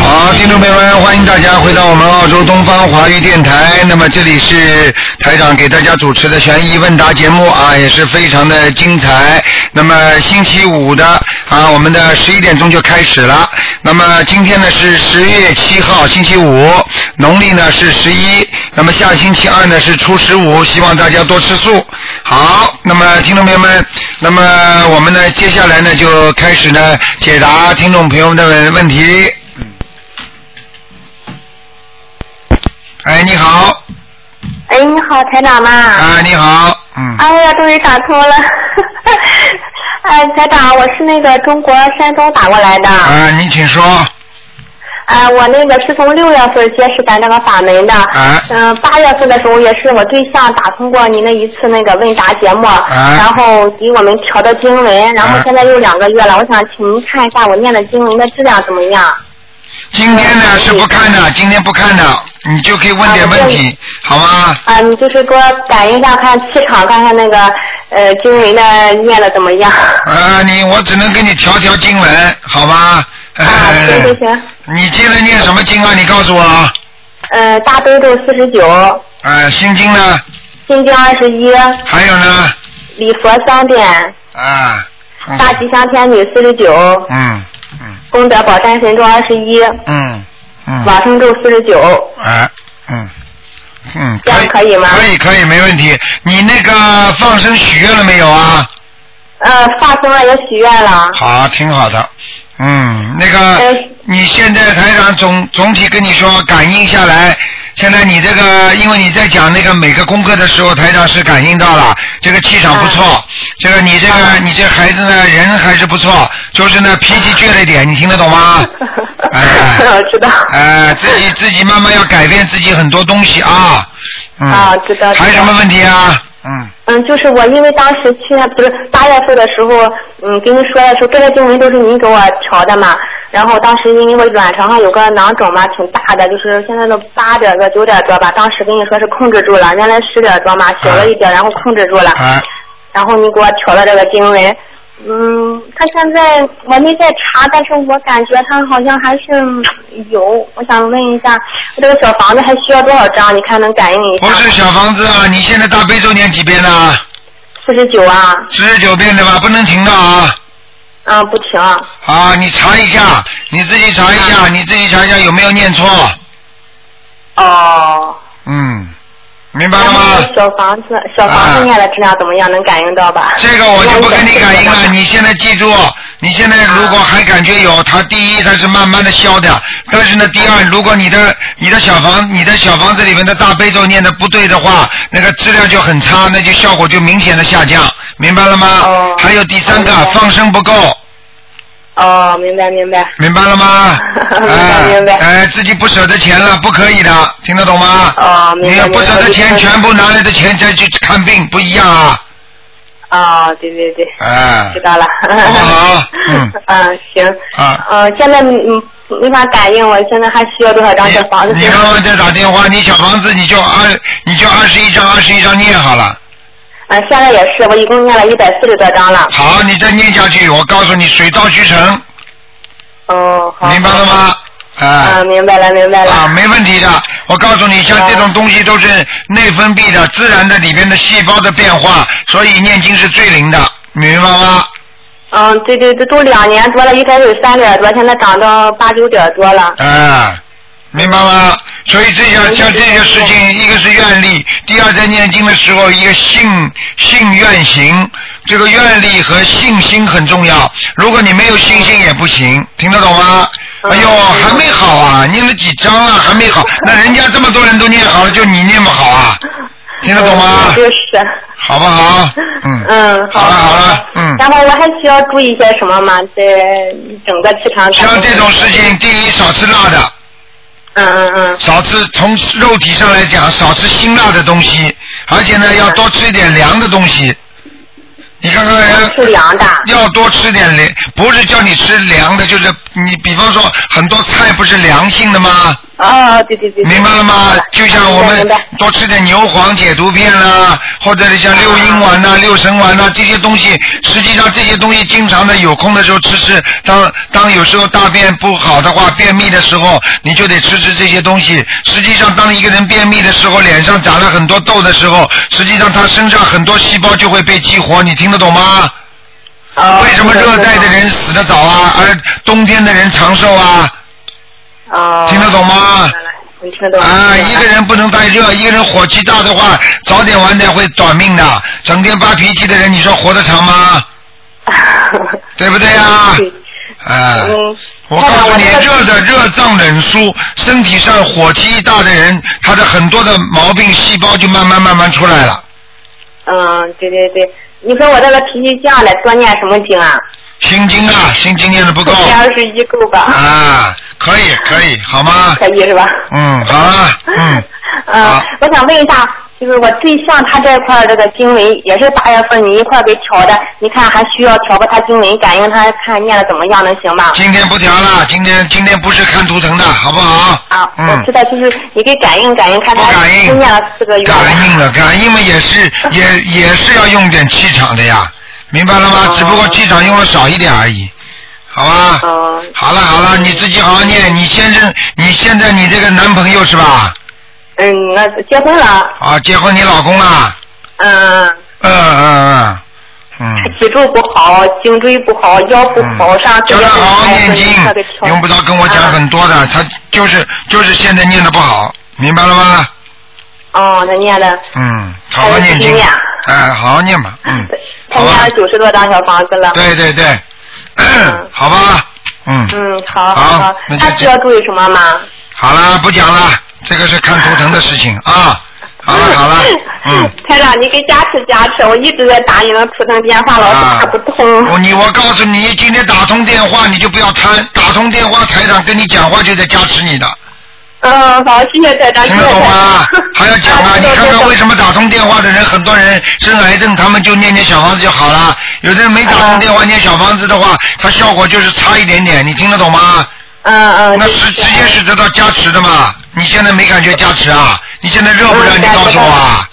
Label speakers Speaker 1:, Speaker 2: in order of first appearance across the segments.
Speaker 1: 好，听众朋友们，欢迎大家回到我们澳洲东方华语电台。那么这里是台长给大家主持的悬疑问答节目啊，也是非常的精彩。那么星期五的啊，我们的十一点钟就开始了。那么今天呢是十月七号，星期五，农历呢是十一。那么下星期二呢是初十五，希望大家多吃素。好，那么听众朋友们，那么我们呢接下来呢就开始呢解答听众朋友们的问题。哎，你好，
Speaker 2: 哎，你好，台长嘛。
Speaker 1: 啊，你好，嗯，
Speaker 2: 哎呀，终于打通了。 哎，台长，我是那个中国山东打过来的。
Speaker 1: 啊，你请说，
Speaker 2: 哎，我那个是从六月份接触咱那个法门的。
Speaker 1: 啊
Speaker 2: 嗯、八月份的时候也是我对象打通过您的一次那个问答节目，然后给我们调的经文，然后
Speaker 1: 啊
Speaker 2: 现在又两个月了，我想请您看一下我念的经文的质量怎么样。
Speaker 1: 今天呢是不看的，今天不看的，你就可以问点问
Speaker 2: 啊
Speaker 1: 题，好吗？
Speaker 2: 嗯、就是说感应一下看气场，看看那个呃经文的念的怎么样。
Speaker 1: 啊，你我只能给你调调经文，好吗？
Speaker 2: 啊，行行行。
Speaker 1: 你接着念什么经啊？你告诉我啊。
Speaker 2: 呃，大悲咒四十九，
Speaker 1: 啊，心经呢？
Speaker 2: 心经二十一，
Speaker 1: 还有呢？
Speaker 2: 礼佛三遍，
Speaker 1: 啊，嗯
Speaker 2: 大吉祥天女四十九，
Speaker 1: 嗯嗯
Speaker 2: 功德宝山神咒二十一，
Speaker 1: 嗯嗯，
Speaker 2: 往生咒四十九。
Speaker 1: 啊，嗯嗯，
Speaker 2: 这样
Speaker 1: 可以
Speaker 2: 可以吗
Speaker 1: 可以可以，没问题。你那个放生许愿了没有啊？
Speaker 2: 呃，发生了也许愿了。
Speaker 1: 好，挺好的。嗯，那个
Speaker 2: 哎，
Speaker 1: 你现在台长总总体跟你说，感应下来，现在你这个，因为你在讲那个每个功课的时候，台长是感应到了，这个气场不
Speaker 2: 啊
Speaker 1: 错，这个你这个、你这孩子呢，人还是不错，就是呢脾气倔了一点，你听得懂 吗？哎、
Speaker 2: 我知道。
Speaker 1: 哎，自己自己慢慢要改变自己很多东西啊。嗯。
Speaker 2: 啊知道知道
Speaker 1: 还有什么问题啊？嗯。
Speaker 2: 嗯，就是我因为当时七月不是八月份的时候，嗯，跟您说的时候，这些经文都是您给我调的嘛。然后当时因为我卵巢上有个囊肿嘛，挺大的，就是现在都八点多九点多吧。当时跟你说是控制住了，原来十点多嘛，小了一点，然后控制住了。
Speaker 1: 啊。
Speaker 2: 然后你给我调了这个经文，嗯，他现在我没再查，但是我感觉他好像还是嗯有。我想问一下，这个小房子还需要多少张？你看能感应一下
Speaker 1: 不？是小房子啊，你现在大悲咒念几遍呢、
Speaker 2: 四十九啊，
Speaker 1: 四十九遍对吧？不能停的啊！
Speaker 2: 嗯，不停啊。
Speaker 1: 啊，你查一下，你自己查一下，你自己查一下有没有念错。
Speaker 2: 哦。
Speaker 1: 嗯，明白
Speaker 2: 然
Speaker 1: 了吗
Speaker 2: 后？哎小房子，小房子念的质量怎么样？能感应到吧？
Speaker 1: 啊这个我就不跟你感应 了。
Speaker 2: 那
Speaker 1: 你现在记住，你现在如果还感觉有，它第一它是慢慢的消的，但是呢，第
Speaker 2: 嗯
Speaker 1: 二，如果你的你的小房你的小房子里面的大悲咒念的不对的话，那个质量就很差，那就效果就明显的下降，明白了吗？
Speaker 2: 哦
Speaker 1: 还有第三个
Speaker 2: 明白
Speaker 1: 放生不够，
Speaker 2: 哦，明白明白。？
Speaker 1: 明白了吗
Speaker 2: 明白
Speaker 1: 哎
Speaker 2: 明白
Speaker 1: 哎，自己不舍得钱了，不可以的，听得懂吗？
Speaker 2: 哦明白
Speaker 1: 你要不舍得
Speaker 2: 明白
Speaker 1: 钱，全部拿来的钱再去看病，不一样啊！
Speaker 2: 哦，对对对，
Speaker 1: 哎
Speaker 2: 知，道了。
Speaker 1: 好不好嗯
Speaker 2: 嗯，行。
Speaker 1: 啊。
Speaker 2: 呃，现在嗯没法感应，我现在还需要多少张小房子？
Speaker 1: 你你刚刚在打电话，你小房子你就二你就二十一张二十一张念好了，
Speaker 2: 嗯，现在也是，我一共念了一百四十多张了。
Speaker 1: 好，你再念下去，我告诉你水到渠成，
Speaker 2: 哦，好。
Speaker 1: 明白了？吗？哎
Speaker 2: 嗯，明白了，明白了。
Speaker 1: 啊，没问题的。我告诉你，像这种东西都是内分泌的，自然的里边的细胞的变化，所以念经是最灵的，明白吗？
Speaker 2: 嗯，对对，这都两年多了，一开始三点多，现在涨到八九点多了。
Speaker 1: 啊，明白吗？所以这些像这些事情，一个是愿力，第二在念经的时候，一个信信愿行，这个愿力和信心很重要。如果你没有信心也不行，听得懂吗？哎呦，还没好啊，念了几章啊，还没好。那人家这么多人都念好了，就你念不好啊？听得懂吗？
Speaker 2: 嗯就是。
Speaker 1: 啊好不好？嗯。
Speaker 2: 嗯，
Speaker 1: 好
Speaker 2: 好
Speaker 1: 了好了，嗯。
Speaker 2: 然后我还需要注意些什么吗？在整个气场。
Speaker 1: 像这种事。情，第一少吃辣的，
Speaker 2: 嗯嗯嗯。
Speaker 1: 少吃从肉体上来
Speaker 3: 嗯
Speaker 1: 讲，少吃辛辣的东西，而且呢要多吃一点凉的东西。你看看人
Speaker 3: 吃凉的。
Speaker 1: 要多吃点凉，不是叫你吃凉的，就是你比方说很多菜不是凉性的吗？
Speaker 3: 啊，对对对。
Speaker 1: 明白了吗
Speaker 3: 明白？
Speaker 1: 就像我
Speaker 3: 明
Speaker 1: 们
Speaker 3: 白明白
Speaker 1: 多吃点牛黄解毒片啦、或者是像六阴丸呐、六神丸呐、这些东西，实际上这些东西经常的有空的时候吃吃。当当有时候大便不好的话，便秘的时候，你就得吃吃这些东西。实际上，当一个人便秘的时候，脸上长了很多痘的时候，实际上他身上很多细胞就会被激活，你听得懂吗？
Speaker 3: 啊
Speaker 1: 为什么热带的？人死得早啊，而冬天的人长寿啊？
Speaker 3: 啊，
Speaker 1: 听得懂吗
Speaker 3: 明白了？你听得懂
Speaker 1: 啊，一个。人不能太热，一个人火气大的话，早点晚点会短命的。整天发脾气的人，你说活得长吗？对不对啊？
Speaker 3: 对
Speaker 1: 啊，
Speaker 3: 嗯
Speaker 1: 我告诉你
Speaker 3: 太好了，
Speaker 1: 热的热胀冷缩，身体上火气一大的人，他的很多的毛病细胞就慢慢慢慢出来了。
Speaker 3: 嗯，对对对，你说我这个脾气犟了，多念什么经啊？
Speaker 1: 心经啊，心经念的不够
Speaker 3: 念二十一够吧？
Speaker 1: 啊，可以可以，好吗？
Speaker 3: 可以是吧？
Speaker 1: 嗯，好了，嗯，
Speaker 3: 嗯
Speaker 1: 好，
Speaker 3: 我想问一下，就是我对象他这块儿这个经文也是八月份你一块儿给调的，你看还需要调个他经文，感应他看念的怎么样能行吗？
Speaker 1: 今天不调了，今天今天不是看图腾的，好不好？
Speaker 3: 啊，
Speaker 1: 嗯
Speaker 3: 我知。道，就是你给感应感应看
Speaker 1: 不
Speaker 3: 他
Speaker 1: 感应
Speaker 3: 念了四个月了。
Speaker 1: 感应了，感应嘛 也是也也是要用点气场的呀，明白了吗？
Speaker 3: 哦
Speaker 1: 只不过气场用的少一点而已，好吧？
Speaker 3: 哦
Speaker 1: 好了好了，你自己好好念。你先生，你现在你这个男朋友是吧？
Speaker 3: 嗯，那结婚了，
Speaker 1: 啊，结婚你老公啦？
Speaker 3: 嗯，
Speaker 1: 嗯嗯嗯嗯。
Speaker 3: 脊柱不好，颈椎不好，腰不好，上次
Speaker 1: 叫他
Speaker 3: 也
Speaker 1: 好好念经
Speaker 3: 特别，嗯挑
Speaker 1: 用不着跟我讲很多的，他就是就是现在念的不好，明白了吗？
Speaker 3: 啊哦，他念的，
Speaker 1: 嗯，好好
Speaker 3: 还有
Speaker 1: 念经
Speaker 3: 经呀，
Speaker 1: 哎，好好念吧，嗯，
Speaker 3: 他
Speaker 1: 好吧
Speaker 3: 念了九十多张小房子了。
Speaker 1: 对对对，
Speaker 3: 嗯
Speaker 1: 好吧，嗯，
Speaker 3: 嗯，好
Speaker 1: 好
Speaker 3: 好，
Speaker 1: 那就
Speaker 3: 那需要注意什么吗？
Speaker 1: 好了，不讲了，这个是看图腾的事情啊。好了好了，嗯。。
Speaker 3: 台长，你给加持加持，我一直在打你的图腾电话，老
Speaker 1: 啊
Speaker 3: 是打不通。
Speaker 1: 我你我告诉你，今天打通电话你就不要贪，打通电话台长跟你讲话就在加持你的，
Speaker 3: 嗯，好，谢谢台长，谢
Speaker 1: 听
Speaker 3: 谢
Speaker 1: 得懂吗
Speaker 3: 台长？
Speaker 1: 还 要讲啊！你看看为
Speaker 3: 么？
Speaker 1: 什么打通电话的人，很多人生癌症，他们就念念小房子就好了。有的人没打通电话念小房子的话，它效果就是差一点点，你听得懂吗？
Speaker 3: 嗯嗯。
Speaker 1: 那
Speaker 3: 对
Speaker 1: 是直接。是得到加持的嘛？你现在没感觉加持啊？你现在热不热？
Speaker 3: 嗯
Speaker 1: 你告诉我啊！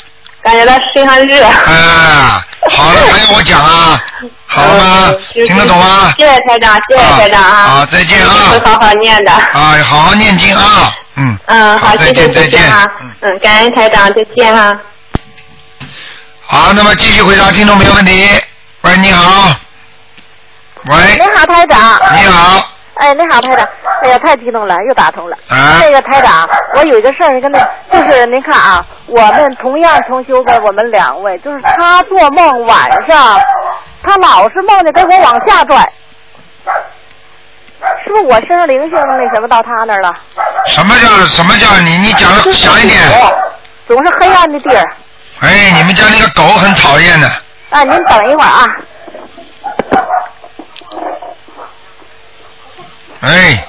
Speaker 3: 感觉到身上热。
Speaker 1: 啊，好 了，还要我讲啊？好了吗
Speaker 3: 嗯？就是
Speaker 1: 听得懂吗？
Speaker 3: 谢谢台长，谢谢台长啊！
Speaker 1: 啊好再见啊
Speaker 3: 我会好好念的。
Speaker 1: 啊，好好念经啊！嗯。
Speaker 3: 嗯，好，谢
Speaker 1: 再
Speaker 3: 谢
Speaker 1: 见再
Speaker 3: 再见
Speaker 1: 见
Speaker 3: 啊。！
Speaker 1: 嗯，
Speaker 3: 嗯，感恩台长，再见啊。
Speaker 1: 好，那么继续回答听众朋友问题。喂，你好。喂
Speaker 4: 你，好，台长。
Speaker 1: 哎你好。
Speaker 4: 哎，你好，台长。哎呀，太激动了，又打通了。
Speaker 1: 啊
Speaker 4: 那个台长，我有一个事儿，跟那就是您看啊，我们同样同修的，我们两位，就是他做梦晚上，他老是梦见给我往下拽，是不是我身上灵性那什么到他那儿了？
Speaker 1: 什么叫什么叫你？你讲的响一点。
Speaker 4: 总是黑暗的地儿。
Speaker 1: 哎，你们家那个狗很讨厌的。
Speaker 4: 啊，您等一会儿啊。
Speaker 1: 哎，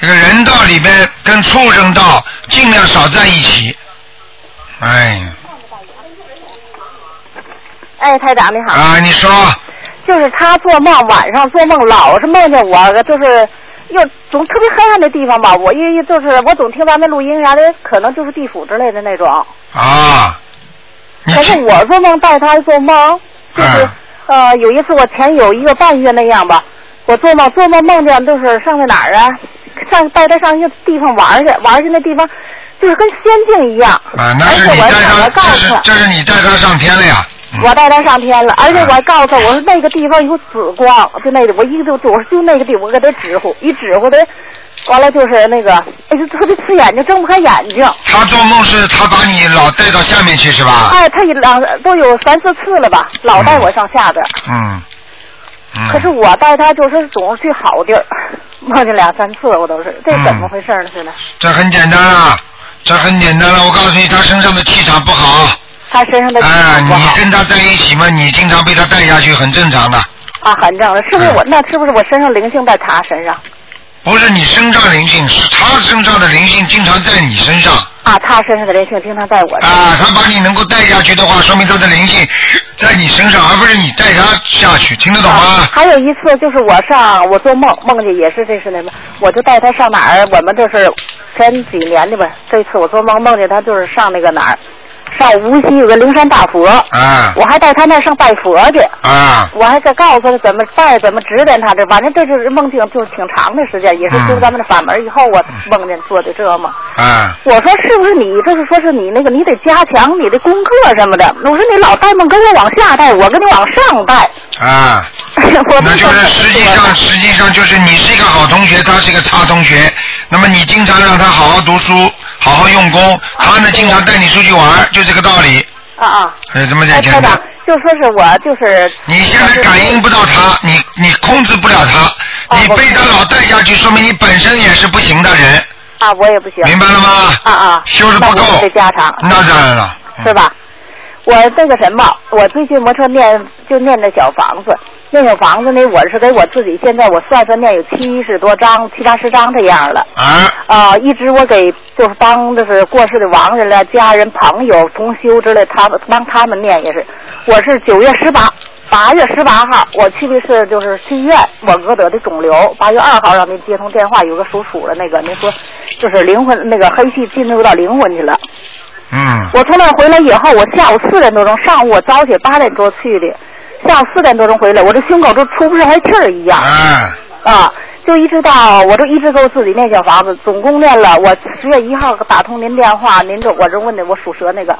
Speaker 1: 这个人道里边跟畜生道尽量少在一起。哎，
Speaker 4: 哎，台长你好。
Speaker 1: 啊，你说
Speaker 4: 就是他做梦，晚上做梦老是梦见我，就是又总特别黑暗的地方吧。我一一就是我总听咱们录音，原来可能就是地府之类的那种。
Speaker 1: 啊，你
Speaker 4: 可是
Speaker 1: 听
Speaker 4: 我做梦带他做梦，就是、
Speaker 1: 啊
Speaker 4: 呃有一次我前有一个半月那样吧，我做梦做梦梦见就是上那哪儿啊，上带他上一个地方玩儿去，玩儿去那地方就是跟仙境一样。
Speaker 1: 啊，那
Speaker 4: 而
Speaker 1: 是
Speaker 4: 且
Speaker 1: 你
Speaker 4: 我还
Speaker 1: 带
Speaker 4: 想
Speaker 1: 他，
Speaker 4: 着
Speaker 1: 这
Speaker 4: 告诉
Speaker 1: 是
Speaker 4: 他。
Speaker 1: 这是你带他上天了呀。嗯
Speaker 4: 我带他上天了，而且我还告诉他，我说那个地方有紫光，就那个，我一个就我说就那个地，我给他指呼，一指呼他，完了就是那个，哎，就特别刺眼睛，睁不开眼睛，
Speaker 1: 他做梦是他把你老带到下面去是吧？
Speaker 4: 哎，他一两都有三四次了吧，老带我上下边，
Speaker 1: 嗯。嗯。
Speaker 4: 可是我带他就是总是去好地儿，梦见两三次我都是，这怎么回事呢？是呢，
Speaker 1: 这很简单啦，这很简单了。我告诉你，他身上的气场不好，
Speaker 4: 他身上的气
Speaker 1: 啊，
Speaker 4: 场不
Speaker 1: 你
Speaker 4: 好
Speaker 1: 跟他在一起嘛，你经常被他带下去，很正常的。
Speaker 4: 啊，很正常，是不是我那是不是我身上灵性在他身上？
Speaker 1: 不是你身上灵性，是他身上的灵性经常在你身上。
Speaker 4: 啊，他身上的灵性经常在我这儿。
Speaker 1: 啊，他把你能够带下去的话，说明他的灵性在你身上，而不是你带他下去，听得懂吗？
Speaker 4: 还有一次就是我上我做梦梦见也是这是那什么，我就带他上哪儿？我们这是前几年的吧。这次我做梦梦见他就是上那个哪儿，上无锡有个灵山大佛，
Speaker 1: 啊
Speaker 4: 我还带他那儿上拜佛去，
Speaker 1: 啊
Speaker 4: 我还在告诉他怎么拜，怎么指点他这。反正这就是梦境，就是挺长的时间，也是
Speaker 1: 嗯
Speaker 4: 修咱们的法门以后，我梦见做的这梦。
Speaker 1: 啊！
Speaker 4: 我说是不是你？就是说是你那个，你得加强你的功课什么的。我说你老带梦给我往下带，我给你往上带。
Speaker 1: 啊，
Speaker 4: 我不
Speaker 1: 那就
Speaker 4: 懂
Speaker 1: 是
Speaker 4: 得
Speaker 1: 实际
Speaker 4: 说
Speaker 1: 上，实际上就是你是一个好同学，他是一个差同学。那么你经常让他好好读书，好好用功，他呢经常带你出去玩，就这个道理。
Speaker 4: 啊啊，
Speaker 1: 呃，这么
Speaker 4: 哎，
Speaker 1: 简
Speaker 4: 台
Speaker 1: 单
Speaker 4: 长
Speaker 1: 的。，
Speaker 4: 就说是我就是
Speaker 1: 你现在感应不到他，你你控制不了他，
Speaker 4: 哦
Speaker 1: 你
Speaker 4: 我
Speaker 1: 被他老带下去，说明你本身也是不行的人，
Speaker 4: 啊，我也不行
Speaker 1: 明白了吗？
Speaker 4: 啊啊，
Speaker 1: 修的不
Speaker 4: 那我
Speaker 1: 够
Speaker 4: 得加强，
Speaker 1: 那当然了。嗯
Speaker 4: 是？吧？我那个什么，我最近摩托念就念那小房子，那小房子呢，我是给我自己现在我算算念有七十多张，七八十张这样了。
Speaker 1: 啊
Speaker 4: 啊，一直我给就是帮就是过世的亡人了、家人、朋友、同修之类，他们帮他们念也是。我是九月十八，八月十八号我去的是就是去医院，我哥得的肿瘤。八月二号让您接通电话，有个属鼠的那个，您说就是灵魂那个黑气进入到灵魂去了。
Speaker 1: 嗯
Speaker 4: 我从那儿回来以后，我下午四点多钟，上午我早起八点多去的，下午四点多钟回来，我这胸口都出不上来气儿一样。
Speaker 1: 啊
Speaker 4: 啊，就一直到我就一直给我自己那小房子，总共练了。我十月一号打通您电话，您这我这问的我属蛇那个，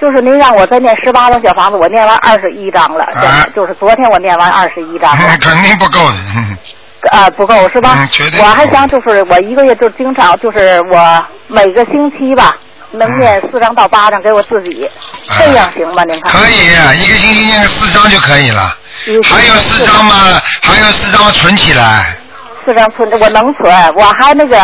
Speaker 4: 就是您让我再念十八张小房子，我念完二十一张了，现在
Speaker 1: 啊
Speaker 4: 就是昨天我念完二十 一张了
Speaker 1: 嗯，，肯定不够的。嗯
Speaker 4: 啊不够
Speaker 3: 哦
Speaker 4: 是吧？
Speaker 1: 嗯绝对
Speaker 4: 我
Speaker 1: 不够
Speaker 4: 还想就是我一个月就经常就是我每个星期吧。
Speaker 1: 嗯
Speaker 4: 能念四张到八张给我自己，
Speaker 1: 啊
Speaker 4: 这样行吗？您看，
Speaker 1: 可以，一个星期念个四张就可以了。
Speaker 4: 一
Speaker 1: 还有四张吗？还有四张存起来。
Speaker 4: 四张存，我能存，我还那个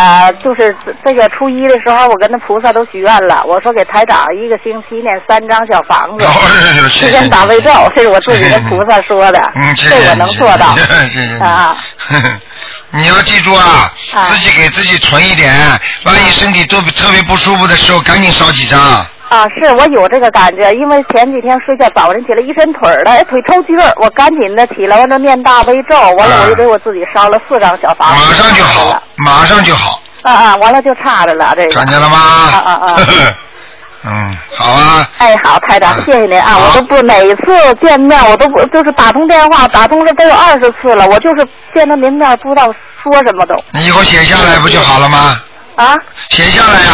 Speaker 4: 就是这个初一的时候，我跟那菩萨都许愿了，我说给台长一个星期念三张小房子，
Speaker 1: 哦，谢
Speaker 4: 之
Speaker 1: 谢
Speaker 4: 前
Speaker 1: 你。
Speaker 4: 打胃咒，这是我自己跟菩萨说的，
Speaker 1: 嗯，谢
Speaker 4: 这
Speaker 1: 谢你
Speaker 4: 我能做到
Speaker 1: 谢谢谢谢你
Speaker 4: 啊。
Speaker 1: 你要记住啊，
Speaker 4: 啊
Speaker 1: 自己给自己存一点，万一身体都特别不舒服的时候，赶紧烧几张。
Speaker 4: 啊！是我有这个感觉，因为前几天睡觉早晨起来一伸腿儿的，哎腿抽筋儿，我赶紧的起来，完了念大悲咒，完了我就给我自己烧了四张小房子，
Speaker 1: 啊马上就好
Speaker 4: 了，
Speaker 1: 马上就好，
Speaker 4: 啊啊！完了就差着了这个
Speaker 1: 看，见了吗？
Speaker 4: 啊 啊啊
Speaker 1: 嗯，好啊。
Speaker 4: 哎，好，台长，谢谢您啊！
Speaker 1: 好
Speaker 4: 我都不每次见面，我都不就是打通电话，打通了都有二十次了，我就是见到您面儿不知道说什么都
Speaker 1: 你以后写下来不就好了吗？
Speaker 4: 啊
Speaker 1: 写下来呀、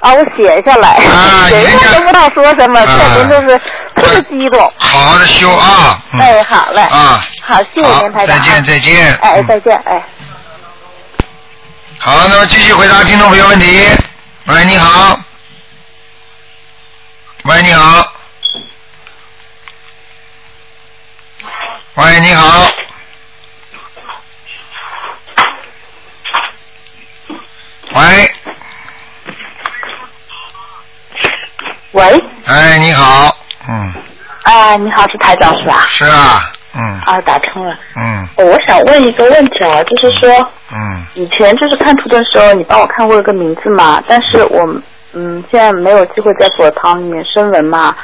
Speaker 4: 啊！我写下来，
Speaker 1: 啊
Speaker 4: 写
Speaker 1: 您
Speaker 4: 下
Speaker 1: 这
Speaker 4: 来都不知道说什么，见、
Speaker 1: 啊
Speaker 4: 您就是特别激动。
Speaker 1: 好好的修啊。嗯、
Speaker 4: 哎，好嘞，
Speaker 1: 啊，
Speaker 4: 好，谢谢
Speaker 1: 好
Speaker 4: 您，台长
Speaker 1: 再
Speaker 4: 啊。
Speaker 1: 见再见。
Speaker 4: 哎，
Speaker 1: 嗯
Speaker 4: 再见，哎。
Speaker 1: 好，那么继续回答听众朋友问题。喂，你好。喂，你好。喂，你好。喂，
Speaker 5: 喂，
Speaker 1: 哎，你好，嗯，
Speaker 5: 啊，你好，是台长是吧？
Speaker 1: 是啊，嗯，
Speaker 5: 啊，打通了。
Speaker 1: 嗯，
Speaker 5: 哦我想问一个问题啊，就是说，
Speaker 1: 嗯，
Speaker 5: 以前就是看图的时候，你帮我看过一个名字嘛，但是我嗯现在没有机会在佛堂里面声闻嘛。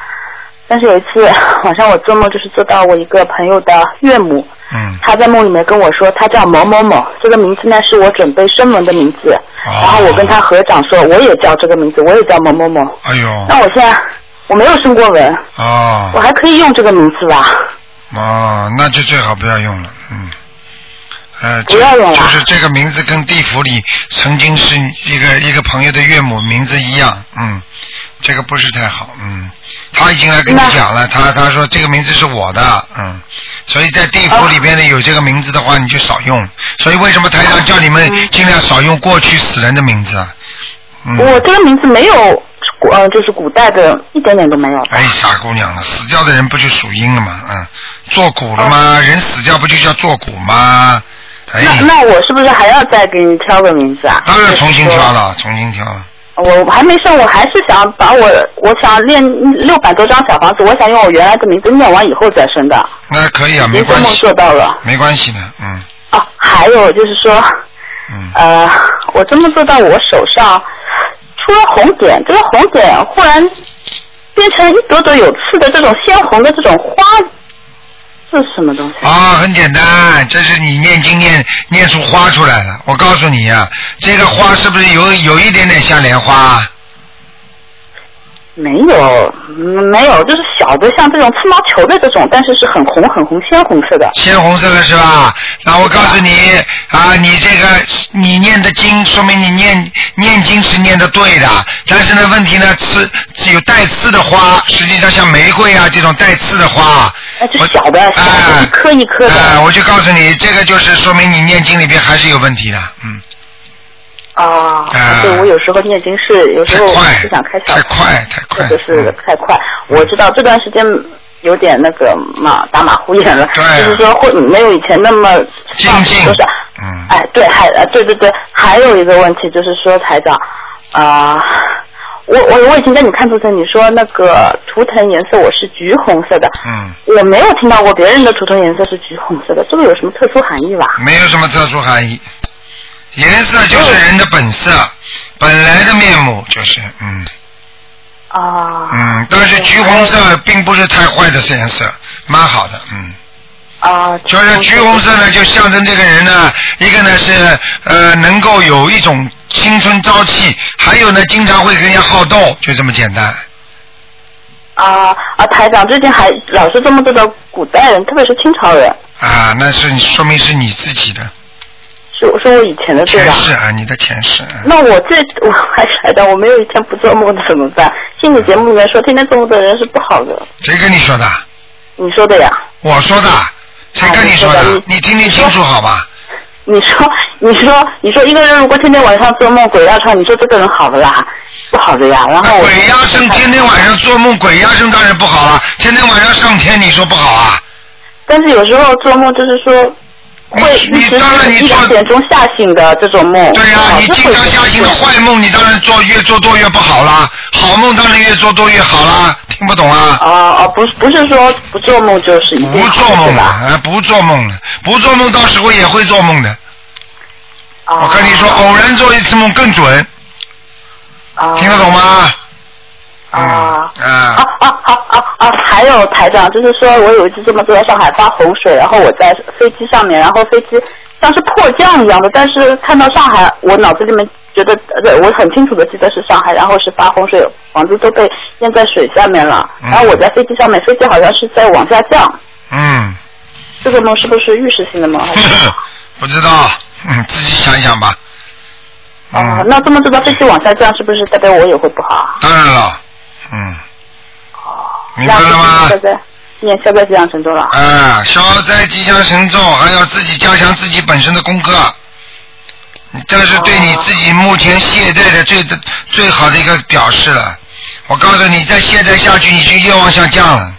Speaker 5: 但是有一次晚上我做梦，就是做到我一个朋友的岳母，
Speaker 1: 嗯，
Speaker 5: 她在梦里面跟我说，她叫某某某，这个名字呢是我准备声闻的名字，
Speaker 1: 哦
Speaker 5: 然后我跟她合掌说，我也叫这个名字，我也叫某某某。
Speaker 1: 哎呦，
Speaker 5: 那我现在我没有生过文，我
Speaker 1: 哦，
Speaker 5: 还可以用这个名字吧？
Speaker 1: 哦，那就最好不要用了，嗯。呃，
Speaker 5: 不要用了
Speaker 1: 就就是这个名字跟地府里曾经是一个一个朋友的岳母名字一样，嗯，这个不是太好，嗯，他已经来跟你
Speaker 5: 那
Speaker 1: 讲了，他他说这个名字是我的，嗯，所以在地府里边呢有这个名字的话，你就少用。所以为什么台上叫你们
Speaker 5: 嗯
Speaker 1: 尽量少用过去死人的名字啊？嗯，
Speaker 5: 我这个名字没有，古呃，就是古代的，一点点都没有。
Speaker 1: 哎，傻姑娘了，死掉的人不就属阴了吗？嗯，做骨了吗？人死掉不就叫做骨吗？哎，
Speaker 5: 哦那那我是不是还要再给你挑个名字啊？
Speaker 1: 当然重新挑了，重新挑了。
Speaker 5: 我还没上，我还是想把我我想练六百多张小房子，我想用我原来的名字念完以后再生的。
Speaker 1: 那可以啊，没
Speaker 5: 您做
Speaker 1: 关
Speaker 5: 梦
Speaker 1: 系
Speaker 5: 做，到了。
Speaker 1: 没关系的，嗯
Speaker 5: 哦，还有就是说，
Speaker 1: 嗯
Speaker 5: 呃，我做梦做到我手上出了红点，这个红点忽然变成一朵朵有刺的这种鲜红的这种花，这是什么东西？
Speaker 1: 啊，很简单，这是你念经念念出花出来了。我告诉你呀、这个花是不是有有一点点像莲花啊？
Speaker 5: 没有，嗯没有，就是小的像这种刺毛球的这种，但是是很红很嗯红鲜红色的。
Speaker 1: 鲜红色的是吧？那我告诉你啊，你这个你念的经，说明你念念经是念的对的。但是呢，问题呢，刺有带刺的花，实际上像玫瑰啊这种带刺的花，
Speaker 5: 哎，这小的，小的，
Speaker 1: 哎
Speaker 5: 一颗一颗的。
Speaker 1: 啊，我就告诉你，这个就是说明你念经里边还是有问题的，嗯，
Speaker 5: 啊
Speaker 1: 哎，
Speaker 5: 对，我有时候念经是，有时
Speaker 1: 太
Speaker 5: 候
Speaker 1: 快
Speaker 5: 思想开，窍
Speaker 1: 太，快，太
Speaker 5: 或
Speaker 1: 快，
Speaker 5: 者是
Speaker 1: 嗯
Speaker 5: 太快。我知道这段时间有点那个嘛打马虎眼了，
Speaker 1: 对
Speaker 5: 就是说会没有以前那么
Speaker 1: 静静
Speaker 5: 就是
Speaker 1: 嗯
Speaker 5: 哎，对，还呃对对对，还有一个问题就是说台长啊。我我我已经给你看图腾，你说那个图腾颜色我是橘红色的，
Speaker 1: 嗯，
Speaker 5: 我没有听到过别人的图腾颜色是橘红色的，这个有什么特殊含义吧？
Speaker 1: 没有什么特殊含义，颜色就是人的本色，本来的面目就是，嗯
Speaker 5: 啊，
Speaker 1: 嗯，但是橘红色并不是太坏的颜色，蛮好的，嗯。
Speaker 5: 啊，
Speaker 1: 就是橘红色呢，就象征这个人呢，一个呢是呃能够有一种青春朝气，还有呢经常会跟人家好斗，就这么简单。
Speaker 5: 啊啊！台长最近还老是这么做的古代人，特别是清朝人，
Speaker 1: 啊，那是你说明是你自己的
Speaker 5: 是是我以前的哦对
Speaker 1: 前
Speaker 5: 吧？
Speaker 1: 世啊，你的前世。啊
Speaker 5: 那我这我还台长，我没有一天不做梦的怎么办？心理节目里面说天天做梦的人是不好的，
Speaker 1: 谁跟你说的？
Speaker 5: 你说的呀？
Speaker 1: 我说的。谁跟你说
Speaker 5: 啊啊你
Speaker 1: 的
Speaker 5: 说的？
Speaker 1: 你听听清楚好吧？
Speaker 5: 你说你说你说一个人如果天天晚上做梦鬼压床，你说这个人好不啦？不好的呀。啊然
Speaker 1: 那
Speaker 5: 后我
Speaker 1: 啊鬼压身天天晚上做梦，鬼压身当然不好了。天天晚上上天，你说不好啊？
Speaker 5: 但是有时候做梦就是说。会
Speaker 1: 你
Speaker 5: 一直
Speaker 1: 当然你
Speaker 5: 一
Speaker 1: 做
Speaker 5: 两点钟吓醒的这种梦，
Speaker 1: 对呀、
Speaker 5: 啊
Speaker 1: 你经常相信的坏梦，你当然做越做多越不好啦。好梦当然越做多越好啦。听不懂啊？
Speaker 5: 哦哦，不是不是说不做梦就是一定
Speaker 1: 不
Speaker 5: 好
Speaker 1: 做
Speaker 5: 对
Speaker 1: 梦了，
Speaker 5: 吧？
Speaker 1: 啊，不做梦了，不做梦，到时候也会做梦的。
Speaker 5: 啊
Speaker 1: 我跟你说，偶然做一次梦更准，
Speaker 5: 啊
Speaker 1: 听得懂吗？嗯
Speaker 5: 啊啊
Speaker 1: 啊，
Speaker 5: 啊啊啊啊！还有台长，就是说我有一次这么做，在上海发洪水，然后我在飞机上面，然后飞机像是迫降一样的，但是看到上海，我脑子里面觉得，呃对我很清楚的记得是上海，然后是发洪水，房子都被淹在水下面了，
Speaker 1: 嗯
Speaker 5: 然后我在飞机上面，飞机好像是在往下降，
Speaker 1: 嗯，
Speaker 5: 这个梦是不是预示性的梦？还是
Speaker 1: 不知道，嗯，自己想一想吧。
Speaker 5: 啊，
Speaker 1: 嗯，
Speaker 5: 那这么做到飞机往下降，是不是代表我也会不好啊？
Speaker 1: 当然了，嗯，明白
Speaker 5: 让
Speaker 1: 了吗？
Speaker 5: 现在念消灾吉祥神咒了。
Speaker 1: 啊，消灾吉祥神咒，还要自己加强自己本身的功课。你这是对你自己目前懈怠的最的最好的一个表示了。我告诉你，再懈怠下去，你就越往下降了，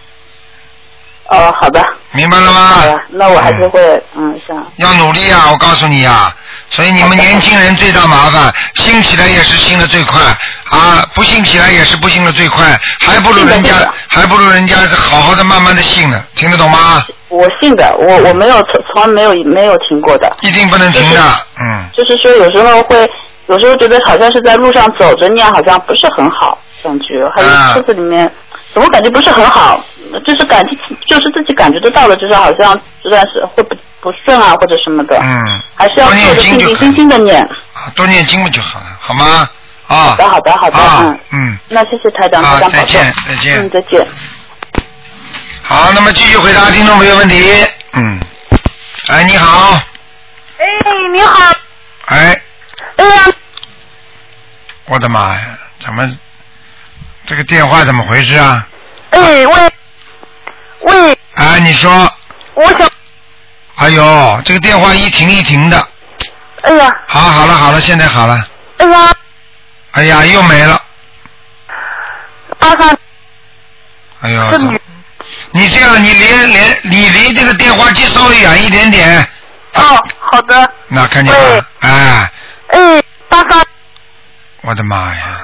Speaker 5: 哦，好的，
Speaker 1: 明白了吗？
Speaker 5: 好了，那我还是
Speaker 1: 嗯
Speaker 5: 会，嗯，想。
Speaker 1: 要努力啊！我告诉你啊，所以你们年轻人最大麻烦，兴起来也是兴的最快啊，不兴起来也是不兴的最快，还不如人家
Speaker 5: 是的是的
Speaker 1: 还不如人家好好的慢慢的兴呢，听得懂吗？
Speaker 5: 我信的，我我没有从从来没有没有停过的，
Speaker 1: 一定不能停
Speaker 5: 是的
Speaker 1: 的，嗯。
Speaker 5: 就是说有时候会，有时候觉得好像是在路上走着念，好像不是很好，感觉还
Speaker 1: 啊
Speaker 5: 有车子里面，怎么感觉不是很好？就是感觉就是自己感觉得到的，就是好像这段是会不不顺啊或者什么的，
Speaker 1: 嗯，
Speaker 5: 还是要
Speaker 1: 多
Speaker 5: 做
Speaker 1: 念
Speaker 5: 的
Speaker 1: 经
Speaker 5: 定
Speaker 1: 就
Speaker 5: 定
Speaker 1: 可
Speaker 5: 心
Speaker 1: 以
Speaker 5: 心的念。
Speaker 1: 啊，多念经嘛就好了，好吗？啊，
Speaker 5: 好的好的好的，
Speaker 1: 啊
Speaker 5: 嗯，，
Speaker 1: 嗯，
Speaker 5: 那谢谢台长，
Speaker 1: 啊
Speaker 5: 台长保
Speaker 1: 再
Speaker 5: 重
Speaker 1: 见，再见
Speaker 5: 嗯，再见。
Speaker 1: 好，那么继续回答听众朋友问题。嗯，哎，你好，
Speaker 6: 哎，你好，
Speaker 1: 哎，
Speaker 6: 哎呀，
Speaker 1: 我的妈呀，怎么这个电话怎么回事啊？
Speaker 6: 哎，喂，喂，
Speaker 1: 哎，你说，
Speaker 6: 我想，
Speaker 1: 哎呦，这个电话一停一停的。
Speaker 6: 哎呀，
Speaker 1: 好，好了，好了，现在好了。
Speaker 6: 哎呀，
Speaker 1: 哎呀，又没了。
Speaker 6: 八三
Speaker 1: 哎呦，
Speaker 6: 是
Speaker 1: 怎
Speaker 6: 女，
Speaker 1: 你这样，你连连你离这个电话机稍微远一点点，
Speaker 6: 哦，好的，
Speaker 1: 那看见吗
Speaker 6: 喂？
Speaker 1: 哎，
Speaker 6: 哎，八三，
Speaker 1: 我的妈呀！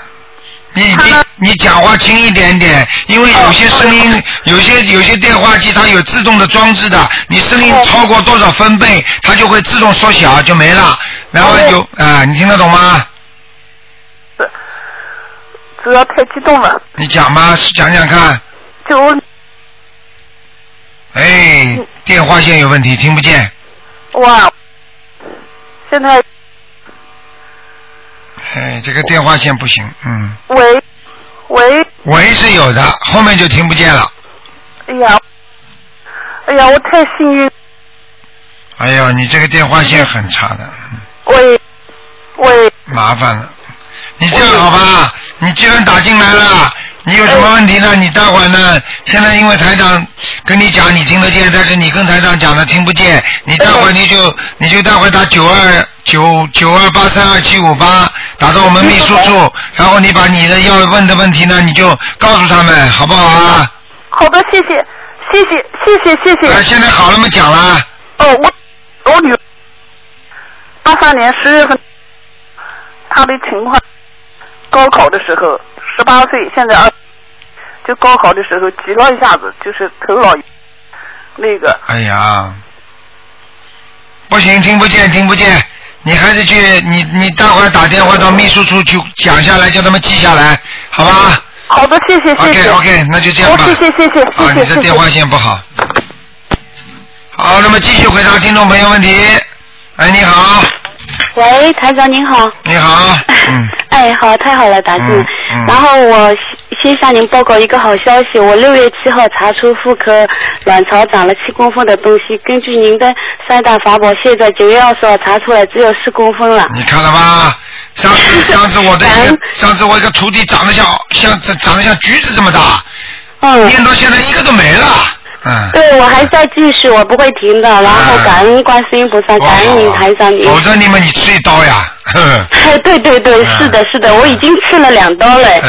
Speaker 1: 你你
Speaker 6: Hello
Speaker 1: 你讲话轻一点点，因
Speaker 6: 哦
Speaker 1: 为有些声音，有些有些电话机它有自动的装置的，你声音
Speaker 6: 哦
Speaker 1: 超过多少分贝，它就会自动缩小就没了。然后
Speaker 6: 哦
Speaker 1: 有啊、你听得懂吗？
Speaker 6: 主要太激动了，
Speaker 1: 你讲吧，讲讲看。
Speaker 6: 就嗯
Speaker 1: 哎，电话线有问题，听不见。
Speaker 6: 哇，现在
Speaker 1: 哎，这个电话线不行，嗯，
Speaker 6: 喂喂，
Speaker 1: 喂是有的，后面就听不见了。
Speaker 6: 哎呀，哎呀，我太幸运，
Speaker 1: 哎呦，你这个电话线很差的，嗯
Speaker 6: 喂喂，
Speaker 1: 麻烦了。你这样好吧？你既然打进来了，你有什么问题呢？你待会儿呢？现在因为台长跟你讲你听得见，但是你跟台长讲的听不见。你待会儿你就你就待会儿打九二九九二八三二七五八，打到我们秘书处，然后你把你的要问的问题呢，你就告诉他们，好不好啊？
Speaker 6: 好的，谢谢谢谢谢谢谢谢。
Speaker 1: 哎，现在好了吗？讲了。
Speaker 6: 哦，我我女八三年十月份，她的情况，高考的时候十八岁，现在二，就高考的时候急了一下子，就是头脑那个
Speaker 1: 哎呀，不行，听不见，听不见。你还是去，你你待会儿打电话到秘书处去讲下来，叫他们记下来，好吧
Speaker 6: 好的，谢谢谢
Speaker 1: ？OK
Speaker 6: 谢。
Speaker 1: OK，那就这样吧。
Speaker 7: 哦
Speaker 6: 好谢谢谢谢谢谢
Speaker 1: 啊，你的
Speaker 6: 谢谢
Speaker 1: 电话线不好。好，那么继续回答听众朋友问题。哎，你好，
Speaker 7: 喂，台长您好。
Speaker 1: 你 好，嗯，
Speaker 7: 哎，好，太好了，打进。
Speaker 1: 嗯嗯
Speaker 7: 然后我先先向您报告一个好消息，我六月七号查出妇科卵巢长了七公分的东西，根据您的三大法宝，现在九月二十号查出来只有四公分了。
Speaker 1: 你看了吧？上 次上次我的一
Speaker 6: 哎
Speaker 7: 嗯
Speaker 1: 个上次我一个徒弟长得像像长得像橘子这么大，
Speaker 6: 哦
Speaker 7: 嗯，
Speaker 1: 念到现在一个都没了，嗯。
Speaker 7: 对，我还在继续，我不会停的。然后
Speaker 1: 嗯哦
Speaker 7: 感恩观世音菩萨，
Speaker 1: 哇
Speaker 7: 感恩您台长您。
Speaker 1: 否则你们你吃一刀呀。 呵呵
Speaker 7: 对对对，
Speaker 1: 嗯
Speaker 7: 是的，是的，我已经吃了两刀了。
Speaker 1: 哎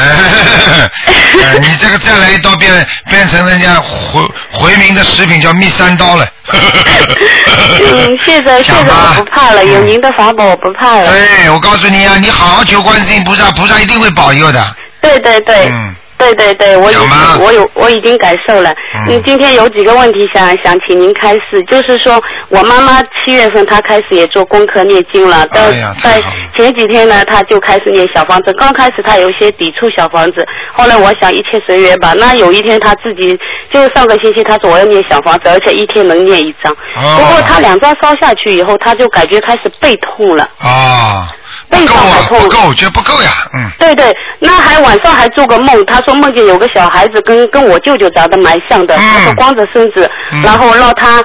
Speaker 1: 你这个再来一刀变变成人家回回民的食品叫蜜三刀了。 呵呵呵
Speaker 7: 嗯，现在现
Speaker 1: 讲
Speaker 7: 在
Speaker 1: 吧嗯
Speaker 7: 我不怕了，有您的法宝我不怕了。
Speaker 1: 对，我告诉你啊，你好好求观世音菩萨，菩萨一定会保佑的。
Speaker 7: 对对对。
Speaker 1: 嗯，
Speaker 7: 对对对，我已
Speaker 1: 讲吧
Speaker 7: 我有我已经感受了。
Speaker 1: 嗯
Speaker 7: 嗯，今天有几个问题想想请您开示，就是说我妈妈七月份她开始也做功课念经了，但
Speaker 1: 哎呀太
Speaker 7: 在
Speaker 1: 好了
Speaker 7: 前几天呢，她就开始念小房子。刚开始她有一些抵触小房子，后来我想一切随缘吧。那有一天她自己就是上个星期她说我要念小房子，而且一天能念一张。
Speaker 1: 哦
Speaker 7: 不过她两张烧下去以后，她就感觉开始背痛了。
Speaker 1: 哦，不
Speaker 7: 背
Speaker 1: 够
Speaker 7: 上还
Speaker 1: 啊，
Speaker 7: 痛
Speaker 1: 不够，这不够呀，嗯。
Speaker 7: 对对，那还晚上还做个梦，他说梦见有个小孩子跟跟我舅舅长得蛮像的，
Speaker 1: 嗯
Speaker 7: 他说光着身子，
Speaker 1: 嗯
Speaker 7: 然后让他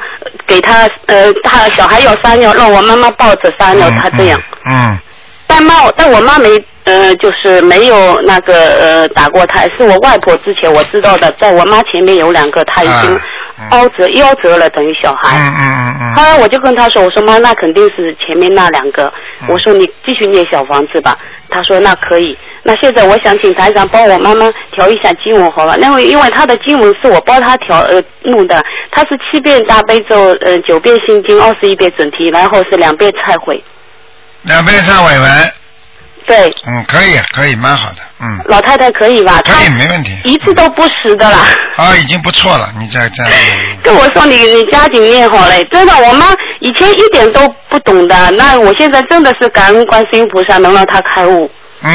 Speaker 7: 给他呃，他小孩要撒尿，让我妈妈抱着撒尿，
Speaker 1: 嗯
Speaker 7: 他这样。。
Speaker 1: 嗯，
Speaker 7: 但妈，但我妈没呃，就是没有那个呃打过胎，是我外婆之前我知道的，在我妈前面有两个，她已经
Speaker 1: 嗯
Speaker 7: 凹折夭折了，等于小孩。
Speaker 1: 嗯嗯
Speaker 8: 啊
Speaker 1: 嗯
Speaker 7: 后
Speaker 1: 嗯。
Speaker 7: 来我就跟他说，我说妈，那肯定是前面那两个。
Speaker 1: 嗯
Speaker 7: 我说你继续念小房子吧。他说那可以。那现在我想请台长帮我妈妈调一下经文好吧？因为因为她的经文是我帮她调呃弄的，她是七遍大悲咒，呃九遍心经，二十一遍准提，然后是两遍忏悔。
Speaker 1: 两边上尾纹，
Speaker 7: 对，
Speaker 1: 嗯，可以可以，蛮好的，嗯，
Speaker 7: 老太太可以吧？
Speaker 1: 可以
Speaker 7: 她
Speaker 1: 没问题。
Speaker 7: 一次都不识的啦。
Speaker 1: 啊，已经不错了，你再再来一遍。
Speaker 7: 跟我说你你加紧念好嘞，真的，我妈以前一点都不懂的，那我现在真的是感恩观世音菩萨能让她开悟。
Speaker 1: 嗯，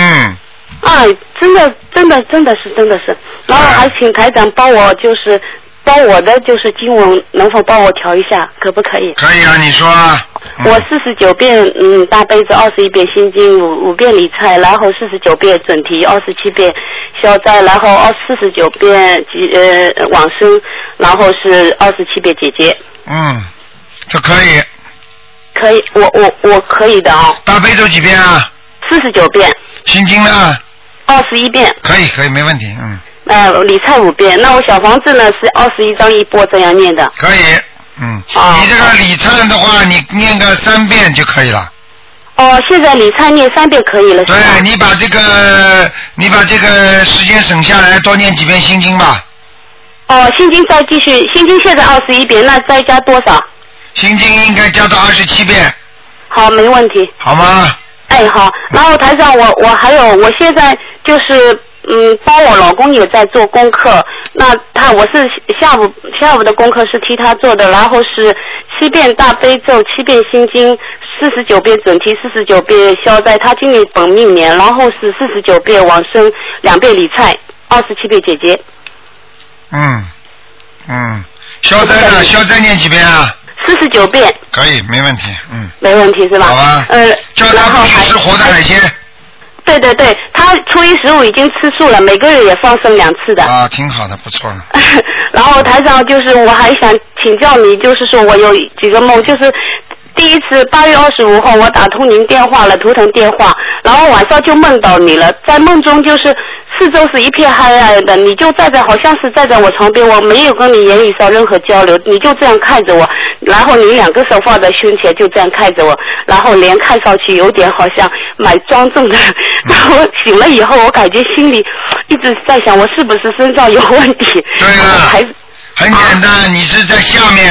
Speaker 7: 哎，真的，真的，真的是，真的是。然后还请台长帮我，就是帮我的就是经文能否帮我调一下，可不可以？
Speaker 1: 可以啊，你说啊。嗯
Speaker 7: 我四十九遍嗯大悲咒，二十一遍心经，五五遍理财，然后四十九遍准提，二十七遍消灾，然后二四十九遍及呃往生，然后是二十七遍姐姐。
Speaker 1: 嗯，这可以。
Speaker 7: 可以，我我我可以的啊、
Speaker 1: 大悲咒几遍啊？
Speaker 7: 四十九遍，
Speaker 1: 心经呢？
Speaker 7: 二十一遍，
Speaker 1: 可以，可以，没问题。嗯，
Speaker 7: 呃理财五遍。那我小房子呢是二十一张一波这样念的。
Speaker 1: 可以。嗯，
Speaker 7: 啊
Speaker 1: 你这个礼忏的话，你念个三遍就可以了。
Speaker 7: 哦，现在你菜念三遍可以了，是吧
Speaker 1: 对，？你把这个，你把这个时间省下来，多念几遍心经吧。
Speaker 7: 哦，心经再继续，心经现在二十一遍，那再加多少？
Speaker 1: 心经应该加到二十七遍，
Speaker 7: 好，没问题。
Speaker 1: 好吗？
Speaker 7: 哎，好。然后台长，我我还有，我现在就是嗯，帮我老公也在做功课。那他我是下午下午的功课是替他做的，然后是七遍大悲咒，七遍心经，四十九遍准提，四十九遍消灾。他今年本命年，然后是四十九遍往生，两遍理财，二十七遍姐姐。
Speaker 1: 嗯嗯，消灾呢？消灾念几遍啊？
Speaker 7: 四十九遍
Speaker 1: 可以，没问题。嗯，
Speaker 7: 没问题是吧？
Speaker 1: 好吧
Speaker 7: 呃，
Speaker 1: 叫
Speaker 7: 然
Speaker 1: 他
Speaker 7: 后
Speaker 1: 必须
Speaker 7: 还
Speaker 1: 吃活的海鲜
Speaker 7: 对对对，他初一十五已经吃素了，每个月也放生两次的。
Speaker 1: 啊，挺好的，不错了。
Speaker 7: 然后台长，就是我还想请教你，就是说我有几个梦，就是第一次八月二十五号我打通您电话了，图腾电话，然后晚上就梦到你了，在梦中就是四周是一片黑暗的，你就站在好像是站在我床边，我没有跟你言语上任何交流，你就这样看着我，然后你两个手放在胸前就这样看着我，然后脸看上去有点好像蛮庄 重的，然后醒了以后，我感觉心里一直在想，我是不是身上有问题？
Speaker 1: 对
Speaker 7: 然后
Speaker 1: 了
Speaker 7: 还
Speaker 1: 很简单，你是在下面。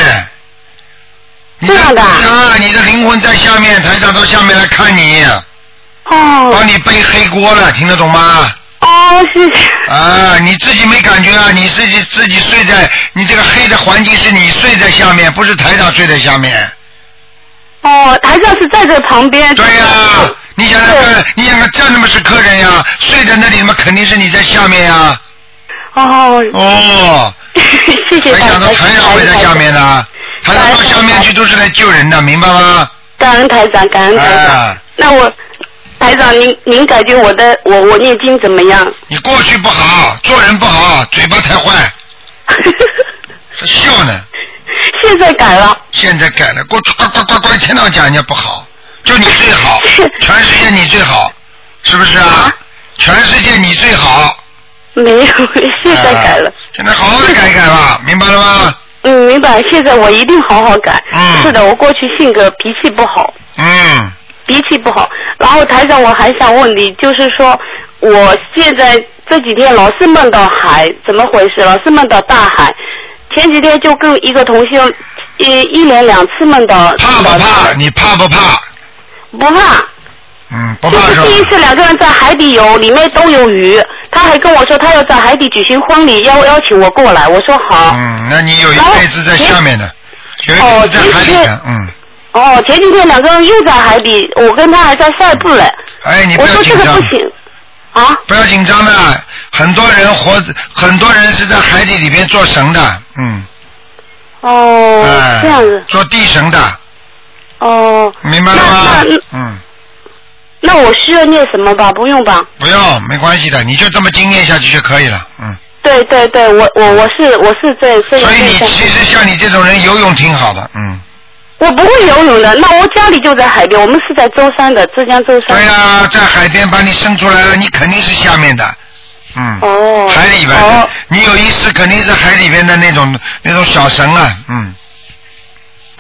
Speaker 1: 你
Speaker 7: 这样的啊
Speaker 1: 啊，你的灵魂在下面，台长到下面来看你，
Speaker 7: 哦
Speaker 1: 帮你背黑锅了，听得懂吗？
Speaker 7: 哦，谢谢。
Speaker 1: 啊，你自己没感觉啊？你自己自己睡在你这个黑的环境是你睡在下面，不是台长睡在下面。
Speaker 7: 哦，台上是在这旁边。
Speaker 1: 对呀、你想想看，你想想这他妈是客人呀、睡在那里他妈肯定是你在下面呀、
Speaker 7: 哦，
Speaker 1: 哦，
Speaker 7: 谢谢
Speaker 1: 没
Speaker 7: 台
Speaker 1: 想
Speaker 7: 长。
Speaker 1: 到台长会在下面的，台长到下面去都是来救人的，明白吗？
Speaker 7: 感恩台长，感恩台长。
Speaker 1: 啊，
Speaker 7: 那我，台长，您您感觉我的我我念经怎么样？
Speaker 1: 你过去不好，做人不好，嘴巴太 坏，还笑呢。
Speaker 7: 现在改了。
Speaker 1: 现在改了，过去呱呱呱呱，一天到晚讲人家不好，就你最 好，全世界你最好，是不是啊？全世界你最好。
Speaker 7: 没有， 现在改了
Speaker 1: 啊。现在好好的改一改吧，明白了吗？
Speaker 7: 嗯，明白。现在我一定好好改。
Speaker 1: 嗯
Speaker 7: 是的，我过去性格脾气不好，
Speaker 1: 嗯，
Speaker 7: 脾气不好。然后台长，我还想问你，就是说，我现在这几天老是梦到海，怎么回事？老是梦到大海。前几天就跟一个同学，一一连两次梦到。
Speaker 1: 怕不怕？？你怕不怕？
Speaker 7: 不怕。
Speaker 1: 嗯，不
Speaker 7: 就
Speaker 1: 怕
Speaker 7: 是
Speaker 1: 是
Speaker 7: 第一
Speaker 1: 吧？
Speaker 7: 次两个人在海底游，里面都有鱼。他还跟我说他要在海底举行婚礼，邀邀请我过来。我说好。
Speaker 1: 嗯，那你有一辈子在下面的，有一辈子在海里的，嗯。
Speaker 7: 哦，前几天两个人又在海底，我跟他还在散步嘞。
Speaker 1: 哎，你不
Speaker 7: 我
Speaker 1: 要
Speaker 7: 说
Speaker 1: 紧
Speaker 7: 这个
Speaker 1: 张
Speaker 7: 不，行啊！
Speaker 1: 不要紧张的。很多人活，很多人是在海底里边做神的，嗯，
Speaker 7: 哦，
Speaker 1: 哎，
Speaker 7: 这样子
Speaker 1: 做地神的，
Speaker 7: 哦。
Speaker 1: 明白了吗
Speaker 7: 那那？
Speaker 1: 嗯，
Speaker 7: 那我需要念什么吧？不用吧？
Speaker 1: 不要，没关系的，你就这么经验下去就可以了，嗯。
Speaker 7: 对对对，我我我是我是这这个
Speaker 1: 所以
Speaker 7: 念
Speaker 1: 你
Speaker 7: 下
Speaker 1: 其
Speaker 7: 去。
Speaker 1: 实像你这种人游泳挺好的，嗯。
Speaker 7: 我不会游泳的，那我家里就在海边，我们是在舟山的，浙江舟山。
Speaker 1: 对呀、在海边把你生出来了，你肯定是下面的，嗯，
Speaker 7: 哦。
Speaker 1: 海里边的，
Speaker 7: 哦
Speaker 1: 你有意思肯定是海里边的那种那种小神啊，嗯，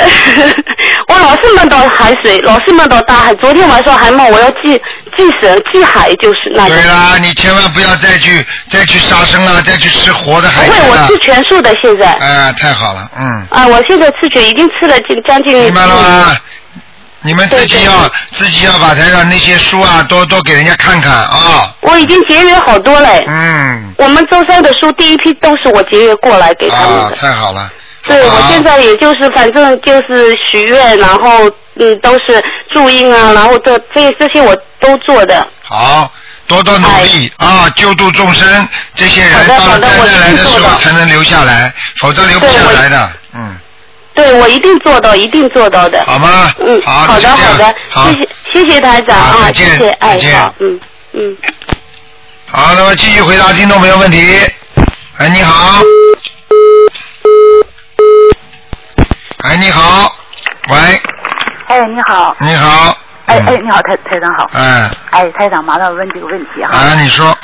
Speaker 7: 我老是梦到海水，老是梦到大海。昨天晚上还梦我要祭祭神、祭海，就是那个
Speaker 1: 对。啦，啊你千万不要再去再去杀生了，再去吃活哎的
Speaker 7: 不
Speaker 1: 海
Speaker 7: 会，
Speaker 1: 鲜
Speaker 7: 我
Speaker 1: 了
Speaker 7: 吃，全素的现在。
Speaker 1: 哎、太好了，嗯，
Speaker 7: 啊，我现在吃全已经吃了近将近。
Speaker 1: 明白了啊吗？你们自己
Speaker 7: 对对
Speaker 1: 要自己要把台上那些书啊，多多给人家看看啊、
Speaker 7: 我已经节约好多了。
Speaker 1: 嗯，
Speaker 7: 我们舟山的书第一批都是我节约过来给他们
Speaker 1: 啊，
Speaker 7: 的。
Speaker 1: 太好了，
Speaker 7: 对，
Speaker 1: 好
Speaker 7: 我现在也就是反正就是许愿，然后嗯都是注音啊，然后这这这些我都做的。
Speaker 1: 好，多多努力啊，救度众生，这些人
Speaker 7: 哎好的
Speaker 1: 到了
Speaker 7: 好的
Speaker 1: 灾难
Speaker 7: 我
Speaker 1: 来的
Speaker 7: 一定
Speaker 1: 时
Speaker 7: 做
Speaker 1: 候
Speaker 7: 到
Speaker 1: 才能留下来，否则留不
Speaker 7: 对
Speaker 1: 下
Speaker 7: 我
Speaker 1: 来的。嗯，
Speaker 7: 对，我一定做到，一定做到的。
Speaker 1: 好吗？
Speaker 7: 嗯，
Speaker 1: 好，
Speaker 7: 好
Speaker 1: 那就
Speaker 7: 的，
Speaker 1: 这
Speaker 7: 好
Speaker 1: 样
Speaker 7: 的，
Speaker 1: 好
Speaker 7: 谢。谢谢谢台长
Speaker 1: 好
Speaker 7: 啊，
Speaker 1: 再
Speaker 7: 谢
Speaker 1: 见
Speaker 7: 谢，哎
Speaker 1: 再，见
Speaker 7: 好，嗯嗯。
Speaker 1: 好，那么继续回答听众朋友问题。哎，你好。哎，你好。喂，
Speaker 4: 哎，你好，
Speaker 1: 你好。
Speaker 4: 哎
Speaker 1: 嗯
Speaker 4: 哎，。你好，台台长好，
Speaker 1: 哎，
Speaker 4: 哎，台长，麻烦我问几个问题哈。
Speaker 1: 啊，你说，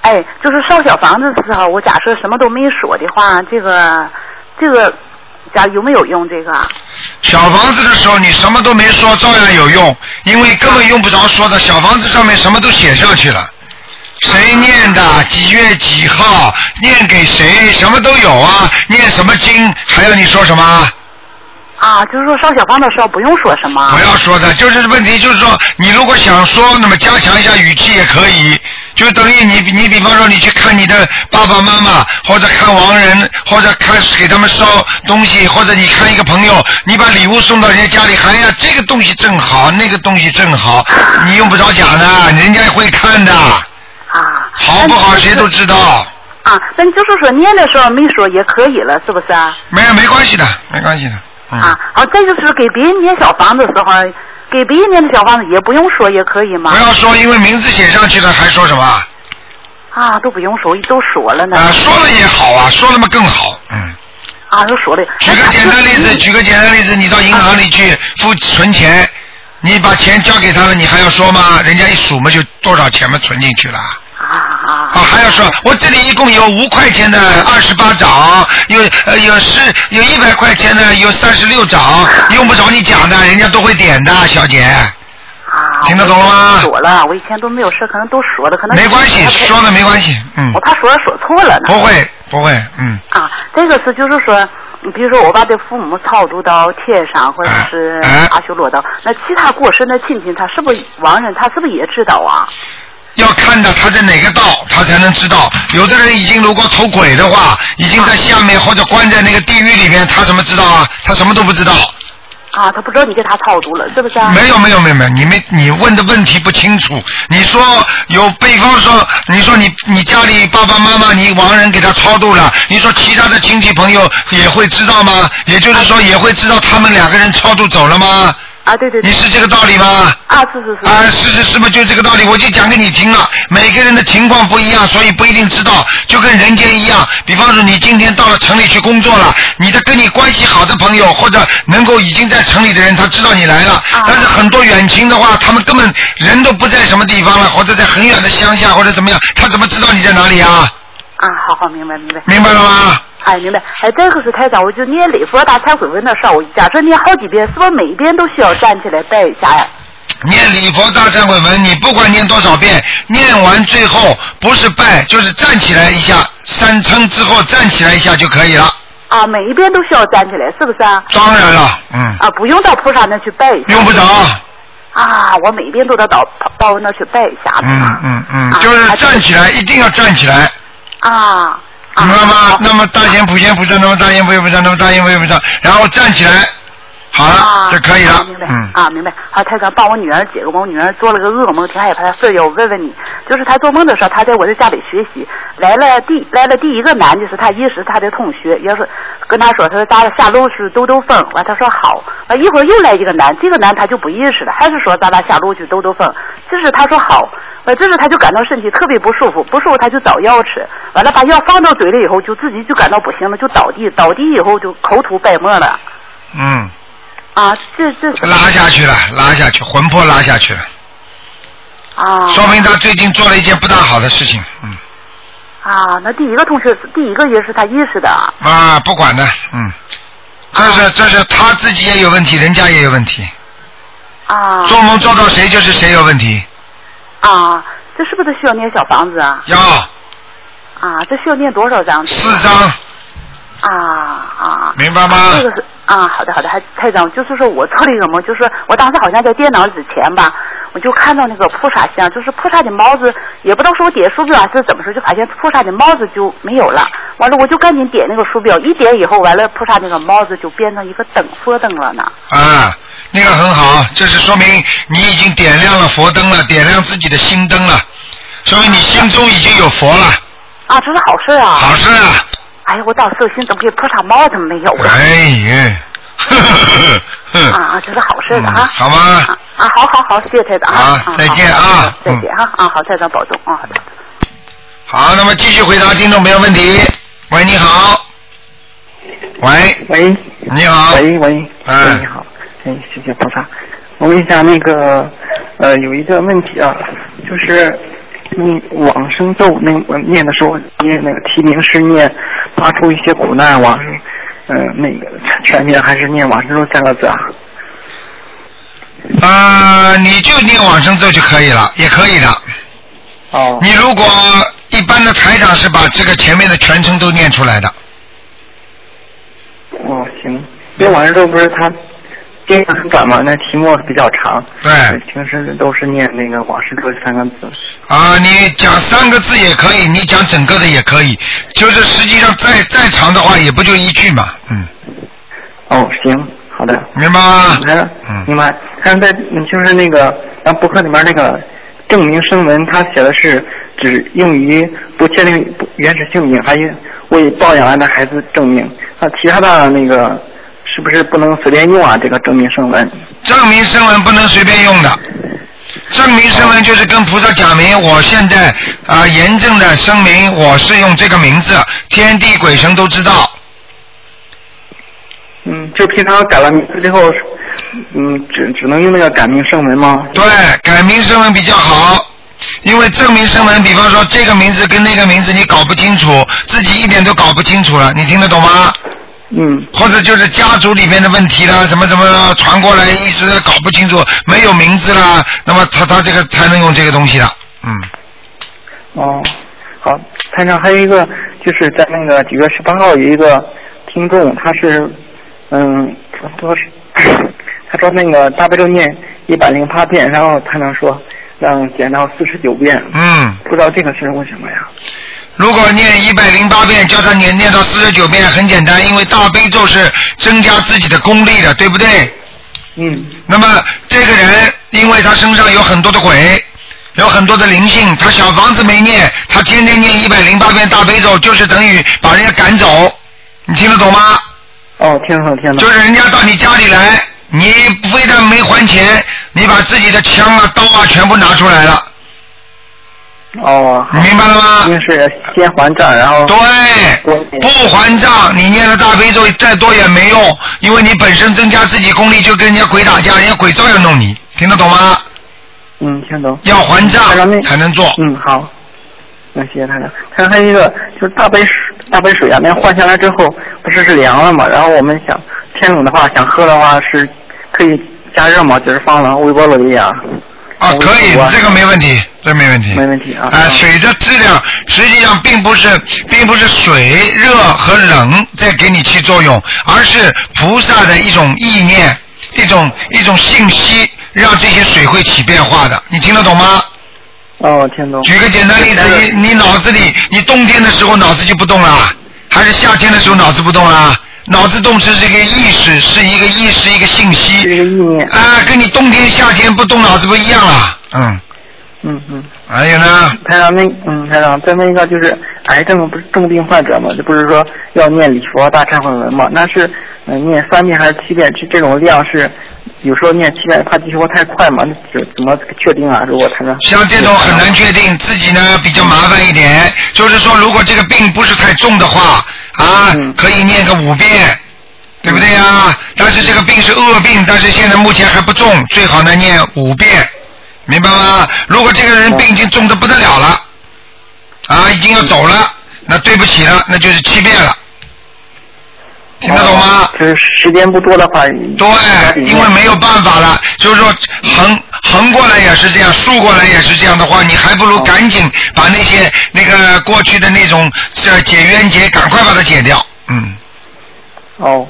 Speaker 4: 哎，就是烧小房子的时候，我假设什么都没说的话，这个这个，假有没有用？这个啊
Speaker 1: 小房子的时候你什么都没说，照样有用，因为根本用不着说的。小房子上面什么都写上去了，谁念的，几月几号，念给谁，什么都有啊。念什么经，还要你说什么？
Speaker 9: 啊，就是说烧小方的时候不用说什么。
Speaker 1: 不要说的，就是问题，就是说你如果想说，那么加强一下语气也可以。就等于你，你比方说你去看你的爸爸妈妈，或者看亡人，或者看给他们烧东西，或者你看一个朋友，你把礼物送到人家家里，哎呀，这个东西正好，那个东西正好，你用不着讲的，人家会看的，
Speaker 9: 啊。
Speaker 1: 好不好谁都知道。
Speaker 9: 啊，那就是说念的时候没说也可以了，是不是啊？
Speaker 1: 没有没关系的，没关系的，嗯。
Speaker 9: 啊，好，再就是给别人念小房子的时候，给别人念的小房子也不用说也可以吗
Speaker 1: 不？要说，因为名字写上去了，还说什么？啊、
Speaker 9: 啊，都不用说，都说了呢。
Speaker 1: 说了也好啊，说了嘛更好。嗯，
Speaker 9: 啊，都说了。
Speaker 1: 举个简单例子，举个简单例子，你到银行里去付存钱，你把钱交给他了，你还要说吗？人家一数嘛，就多少钱嘛存进去了。
Speaker 9: 啊
Speaker 1: 啊，还要说，我这里一共有五块钱的二十八掌，有呃有十有一百块钱的有三十六掌，用不着你讲的，人家都会点的，小姐。
Speaker 9: 啊，
Speaker 1: 听得懂了吗
Speaker 9: 我以前都说了，我以前都没有事，可能都说了，可能
Speaker 1: 没关系，说了没关系，嗯
Speaker 9: 我，怕说了说错了呢。
Speaker 1: 不会不会，嗯，
Speaker 9: 啊，这个是就是说，你比如说我把这父母超度到天上，或者是
Speaker 1: 哎哎
Speaker 9: 阿修罗道，那其他过世的亲戚，他是不是亡人，他是不是也知道啊？
Speaker 1: 要看到他在哪个道，他才能知道。有的人已经如果投鬼的话，已经在下面或者关在那个地狱里面，他怎么知道啊？他什么都不知道。
Speaker 9: 啊，他不知道你给他超度了，是不是啊？
Speaker 1: 没有没有没有没有，你没你问的问题不清楚。你说有，比方说，你说你你家里爸爸妈妈，你亡人给他超度了，你说其他的亲戚朋友也会知道吗？也就是说，也会知道他们两个人超度走了吗？
Speaker 9: 啊，对对
Speaker 1: 你
Speaker 9: 对。
Speaker 1: 是这个道理吗？
Speaker 9: 啊，是是是。
Speaker 1: 啊，是是是嘛，就这个道理，我就讲给你听了。每个人的情况不一样，所以不一定知道，就跟人间一样。比方说，你今天到了城里去工作了，你的跟你关系好的朋友或者能够已经在城里的人，他知道你来了。但是很多远亲的话，他们根本人都不在什么地方了，或者在很远的乡下或者怎么样，他怎么知道你在哪里啊？
Speaker 9: 啊，好好，明白明白。
Speaker 1: 明白了吗？
Speaker 9: 哎，明白。哎，这个是台长，我就念礼佛大忏悔文的事儿，我假设念好几遍，是不是每一遍都需要站起来拜一下呀？
Speaker 1: 念礼佛大忏悔文，你不管念多少遍，念完最后不是拜就是站起来一下，三称之后站起来一下就可以了。
Speaker 9: 啊，每一遍都需要站起来，是不是啊？
Speaker 1: 当然了，嗯，
Speaker 9: 啊，不用到菩萨那去拜一下。
Speaker 1: 用不着，
Speaker 9: 啊，我每遍都得到到我那去拜一下子。
Speaker 1: 嗯嗯嗯，
Speaker 9: 啊
Speaker 1: 就是站起来，一定要站起来，
Speaker 9: 啊。啊
Speaker 1: 明白吗
Speaker 9: 好？
Speaker 1: 那么大贤普贤菩萨，那么大贤普贤菩萨，那么大贤普贤菩萨，然后站起来，好了
Speaker 9: 啊，
Speaker 1: 就可以
Speaker 9: 啊
Speaker 1: 了
Speaker 9: 明白，
Speaker 1: 嗯，
Speaker 9: 啊，明白。好，台长帮我女儿解个梦，我女儿做了个噩梦，挺害怕。所以我问问你，就是她做梦的时候，她在我的家里学习，来了第来了第一个男的是她也是她的同学，也是跟她说，她说咱俩下楼去兜兜风，完她说好，完一会儿又来一个男，这个男她就不认识了，还是说咱俩下楼去兜兜风，这是她说好，完这是她就感到身体特别不舒服，不舒服她就找药吃，完了把药放到嘴里以后，就自己就感到不行了，就倒地，倒地以后就口吐白沫了。
Speaker 1: 嗯，
Speaker 9: 啊，这这是
Speaker 1: 拉下去了，拉下去，魂魄拉下去了，
Speaker 9: 啊
Speaker 1: 说明他最近做了一件不大好的事情，嗯，
Speaker 9: 啊，那第一个同学是第一个也是他意识的啊
Speaker 1: 啊，不管的，嗯，这是这是他自己也有问题，人家也有问题，
Speaker 9: 啊
Speaker 1: 做梦做到谁就是谁有问题，
Speaker 9: 啊，这是不是需要念小房子啊？
Speaker 1: 要
Speaker 9: 啊，这需要念多少张？
Speaker 1: 四张，
Speaker 9: 啊啊，
Speaker 1: 明白吗？
Speaker 9: 这个是啊，好的好的，还太长，就是说我做了一个梦，就是说我当时好像在电脑之前吧，我就看到那个菩萨像，就是菩萨的帽子，也不知道是我点鼠标还是怎么说，就发现菩萨的帽子就没有了。完了，我就赶紧点那个鼠标，一点以后，完了菩萨那个帽子就变成一个灯佛灯了呢。
Speaker 1: 啊，那个很好，这是说明你已经点亮了佛灯了，点亮自己的心灯了，说明你心中已经有佛了，
Speaker 9: 啊，这是好事啊！
Speaker 1: 好事啊！
Speaker 9: 哎呀，我当时我寻思怎么给菩萨帽子没有
Speaker 4: 啊
Speaker 9: 了？
Speaker 1: 哎呀，呵 呵呵呵，
Speaker 9: 啊，这是好事的
Speaker 1: 嗯
Speaker 9: 啊！
Speaker 1: 好吗
Speaker 9: 啊？啊，好好好，谢谢台长啊！
Speaker 1: 好
Speaker 9: 啊
Speaker 1: 再见啊
Speaker 9: 好好
Speaker 1: 嗯
Speaker 9: 再见哈！啊，好，台长保重啊！好的。
Speaker 1: 好，那么继续回答听众朋友问题。喂，你好。喂，
Speaker 10: 喂，
Speaker 1: 你好。
Speaker 10: 喂喂，
Speaker 1: 嗯
Speaker 10: 喂，你好，哎，谢谢菩萨。我问一下那个，呃，有一个问题啊，就是你往生咒那我念的时候，念那个提名是念发出一些苦难往生，嗯、那个全念还是念往生咒三个字啊？
Speaker 1: 呃，你就念往生咒就可以了，也可以的。
Speaker 10: 哦
Speaker 1: 你如果一般的台长是把这个前面的全程都念出来的，
Speaker 10: 哦，行，别往生咒不是他经常很短嘛，那题目比较长。
Speaker 1: 对，
Speaker 10: 平时都是念那个往生咒三个字。
Speaker 1: 啊，你讲三个字也可以，你讲整个的也可以，就是实际上再再长的话，也不就一句嘛，嗯，
Speaker 10: 哦，行，好的。
Speaker 1: 明白吗？
Speaker 10: 还有，
Speaker 1: 嗯
Speaker 10: 明白。还有在嗯就是那个咱博客里面那个证明声文，他写的是只用于不确定不原始姓名，还有为抱养完的孩子证明。啊，其他的那个是不是不能随便用啊？这个证明声文。
Speaker 1: 证明声纹不能随便用的。证明声纹就是跟菩萨讲明，我现在啊、严正的声明，我是用这个名字，天地鬼神都知道。
Speaker 10: 嗯，就平常改了名字之后，嗯，只只能用那个改名声文吗？
Speaker 1: 对，哎改名声纹比较好，因为证明声纹，比方说这个名字跟那个名字你搞不清楚，自己一点都搞不清楚了，你听得懂吗？
Speaker 10: 嗯，
Speaker 1: 或者就是家族里面的问题啦，什么什么传过来一直搞不清楚，没有名字啦，那么他他这个才能用这个东西的，嗯。
Speaker 10: 哦，好，台长还有一个就是在那个九月十八号有一个听众，他是嗯，他说是他说那个大悲咒念一百零八遍，然后台长说让减到四十九遍，
Speaker 1: 嗯，
Speaker 10: 不知道这个是为什么呀？
Speaker 1: 如果念一百零八遍，叫他念念到四十九遍，很简单，因为大悲咒是增加自己的功力的，对不对？
Speaker 10: 嗯
Speaker 1: 那么这个人，因为他身上有很多的鬼，有很多的灵性，他小房子没念，他天天念一百零八遍大悲咒，就是等于把人家赶走，你听得懂吗？
Speaker 10: 哦，听懂听懂
Speaker 1: 就，是人家到你家里来，你非但没还钱，你把自己的枪啊、刀啊全部拿出来了，
Speaker 10: 哦，
Speaker 1: 你明白了吗？
Speaker 10: 好，应该是先还账，然后
Speaker 1: 对，不还账，你念了大悲咒再多也没用，因为你本身增加自己功力，就跟人家鬼打架，人家鬼照样弄你，听得懂吗？
Speaker 10: 嗯，听懂。
Speaker 1: 要还
Speaker 10: 台长那
Speaker 1: 账才能做。
Speaker 10: 嗯，好。那谢谢台长。台长还有一个就是大杯水，大杯水啊，那换下来之后不是是凉了嘛？然后我们想天冷的话，想喝的话是可以加热嘛，就是放到微波炉里啊。
Speaker 1: 啊，
Speaker 10: 我
Speaker 1: 可以
Speaker 10: 我，
Speaker 1: 这个没问题，这没问题。
Speaker 10: 没问题啊
Speaker 1: 啊、水的质量实际上并不是，并不是水热和冷在给你起作用，而是菩萨的一种意念，一种一种信息，让这些水会起变化的。你听得懂吗？
Speaker 10: 哦，听懂。
Speaker 1: 举个简单例子，你你脑子里，你冬天的时候脑子就不动了，还是夏天的时候脑子不动了？脑子动是这个意识，是一个意识，一个信
Speaker 10: 这个
Speaker 1: 息。
Speaker 10: 意念，
Speaker 1: 啊，跟你冬天、夏天不动脑子不一样了。嗯，
Speaker 10: 嗯嗯。
Speaker 1: 还有呢，
Speaker 10: 台长那嗯，台长再问一个，就是癌症不是重病患者嘛，这不是说要念礼佛大忏悔文嘛？那是嗯、呃念三遍还是七遍？这这种量是有时候念七遍怕激活太快嘛？那怎怎么确定啊？如果台长
Speaker 1: 像这种很难确定，自己呢比较麻烦一点。就是说，如果这个病不是太重的话，啊
Speaker 10: 嗯，
Speaker 1: 可以念个五遍，对不对呀？但是这个病是恶病，但是现在目前还不重，最好呢念五遍，明白吗？如果这个人病已经重的不得了了，啊，已经要走了，那对不起了，那就是七遍了，听得懂吗？
Speaker 10: 哦就是时间不多的话，
Speaker 1: 对，因为没有办法了，就是说横横过来也是这样，竖过来也是这样的话，你还不如
Speaker 10: 哦
Speaker 1: 赶紧把那些那个过去的那种这解冤结，赶快把它解掉。嗯，
Speaker 10: 哦。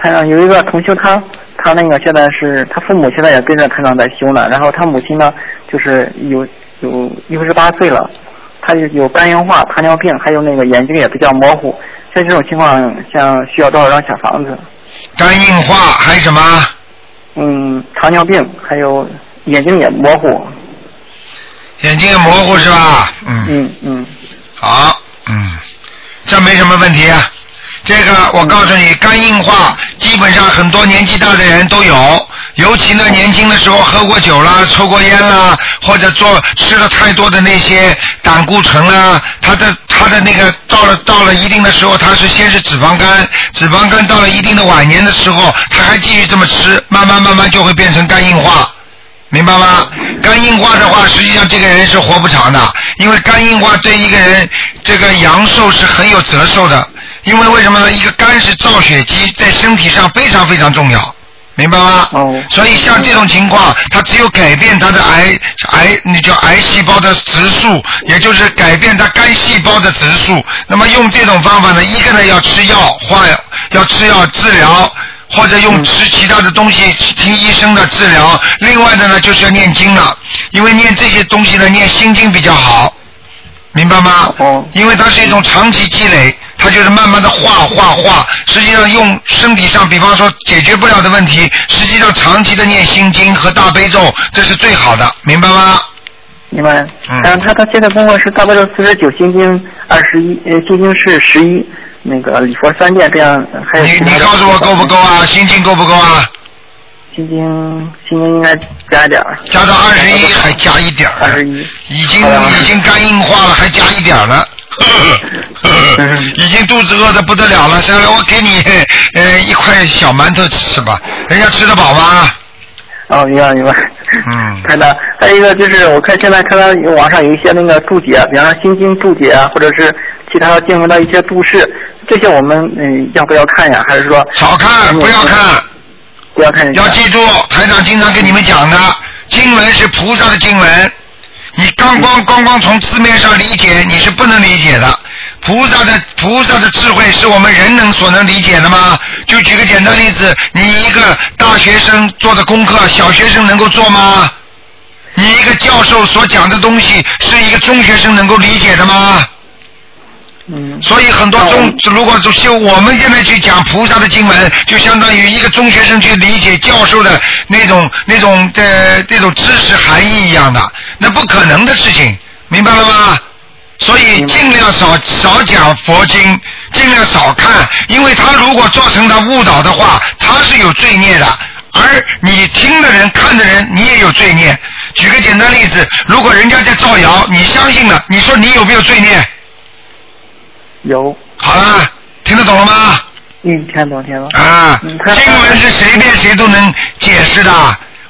Speaker 10: 台长有一个同修他，他那个现在是他父母现在也跟着台长在修呢，然后他母亲呢就是有有六十八岁了，他有有肝硬化、糖尿病，还有那个眼睛也比较模糊，像这种情况，像需要多少张小房子？
Speaker 1: 肝硬化还有什么？
Speaker 10: 嗯，糖尿病还有眼睛也模糊，
Speaker 1: 眼睛也模糊是吧？嗯，
Speaker 10: 嗯嗯，
Speaker 1: 好，嗯，这没什么问题啊。这个我告诉你，肝硬化基本上很多年纪大的人都有，尤其呢年轻的时候喝过酒啦、抽过烟啦，或者做吃了太多的那些胆固醇啦，它的它的那个到了到了一定的时候，它是先是脂肪肝，脂肪肝到了一定的晚年的时候，它还继续这么吃，慢慢慢慢就会变成肝硬化。明白吗？肝硬化的话，实际上这个人是活不长的，因为肝硬化对一个人这个阳寿是很有折寿的。因为为什么呢？一个肝是造血机，在身体上非常非常重要。明白吗？
Speaker 10: 哦
Speaker 1: 所以像这种情况，它只有改变它的癌癌，那叫癌细胞的指数，也就是改变它肝细胞的指数。那么用这种方法呢，一个呢要吃药换，要吃药治疗。或者用吃其他的东西听医生的治疗，另外的呢就是要念经了，因为念这些东西呢念心经比较好，明白吗？
Speaker 10: 哦
Speaker 1: 因为它是一种长期积累，它就是慢慢的化化化。实际上用身体上，比方说解决不了的问题，实际上长期的念心经和大悲咒，这是最好的，明白吗？
Speaker 10: 明白。
Speaker 1: 嗯
Speaker 10: 然后他他现在工作是大悲咒四十九，心经二十一，呃，心经是十一，那个礼佛三遍，这样还有
Speaker 1: 你
Speaker 10: 其他
Speaker 1: 你
Speaker 10: 的
Speaker 1: 告诉我够不够？啊？心经够不够啊？
Speaker 10: 心经心经应该加点儿，
Speaker 1: 加到二十一还加一点
Speaker 10: 二
Speaker 1: 儿啊
Speaker 10: 十，一。
Speaker 1: 已经
Speaker 10: 好的
Speaker 1: 已经肝硬化了，还加一点儿了。
Speaker 10: 嗯
Speaker 1: 已经肚子饿的不得了了，所以我给你呃一块小馒头吃吧，人家吃得饱吗？
Speaker 10: 哦，明白明白。
Speaker 1: 嗯
Speaker 10: 看到还有一个就是，我看现在看到网上有一些那个注解，啊比方说《心经》注解啊，或者是其他经文的一些注释，这些我们嗯要不要看呀？还是说
Speaker 1: 少看，不要看。
Speaker 10: 不要看？
Speaker 1: 要记住，台长经常跟你们讲的，经文是菩萨的经文，你刚
Speaker 10: 嗯
Speaker 1: 光光光从字面上理解，你是不能理解的。菩萨的菩萨的智慧是我们人能所能理解的吗？就举个简单例子，你一个大学生做的功课，小学生能够做吗？你一个教授所讲的东西，是一个中学生能够理解的吗？
Speaker 10: 嗯
Speaker 1: 所以很多中，如果就修我们现在去讲菩萨的经文，就相当于一个中学生去理解教授的那种那种呃这种知识含义一样的，那不可能的事情，明白了吗？所以
Speaker 10: 明白
Speaker 1: 尽量少少讲佛经，尽量少看，因为他如果造成他误导的话，他是有罪孽的。而你听的人、看的人，你也有罪孽。举个简单例子，如果人家在造谣，你相信了，你说你有没有罪孽？
Speaker 10: 有，
Speaker 1: 好啦，听得懂了吗？
Speaker 10: 嗯，听懂听懂。
Speaker 1: 啊，
Speaker 10: 嗯他
Speaker 1: 经文是随便谁都能解释的。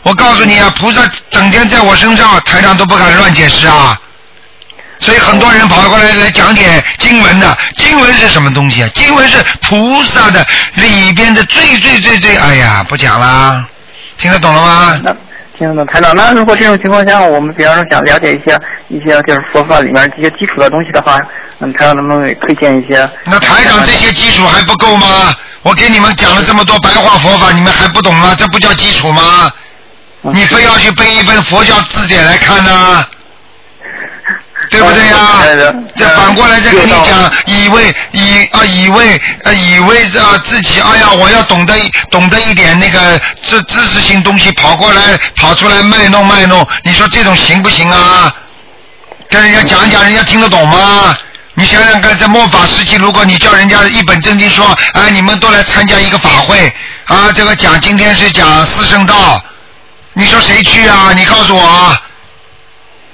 Speaker 1: 我告诉你啊，菩萨整天在我身上，台上都不敢乱解释啊。所以很多人跑过来来讲解经文的，经文是什么东西啊？经文是菩萨的里边的最最最最，哎呀，不讲啦，听得懂了吗？
Speaker 10: 那听得懂台长，那如果这种情况下，我们比方说想了解一些一些就是佛法里面这些基础的东西的话，嗯，台长能不能给推荐一些？
Speaker 1: 那台长这些基础还不够吗？我给你们讲了这么多白话佛法，你们还不懂吗？这不叫基础吗？
Speaker 10: 嗯
Speaker 1: 你非要去背一本佛教字典来看呢、对不对呀、
Speaker 10: 对的
Speaker 1: 这反过来再跟你
Speaker 10: 有道
Speaker 1: 讲，以为以啊以为啊以为啊自己，哎呀，我要懂得懂得一点那个知知识性东西，跑过来跑出来卖弄卖弄，你说这种行不行啊？跟人家讲一讲，人家听得懂吗？你想想看，在末法时期，如果你叫人家一本正经说，哎，你们都来参加一个法会啊，这个讲今天是讲四圣道，你说谁去啊？你告诉我啊。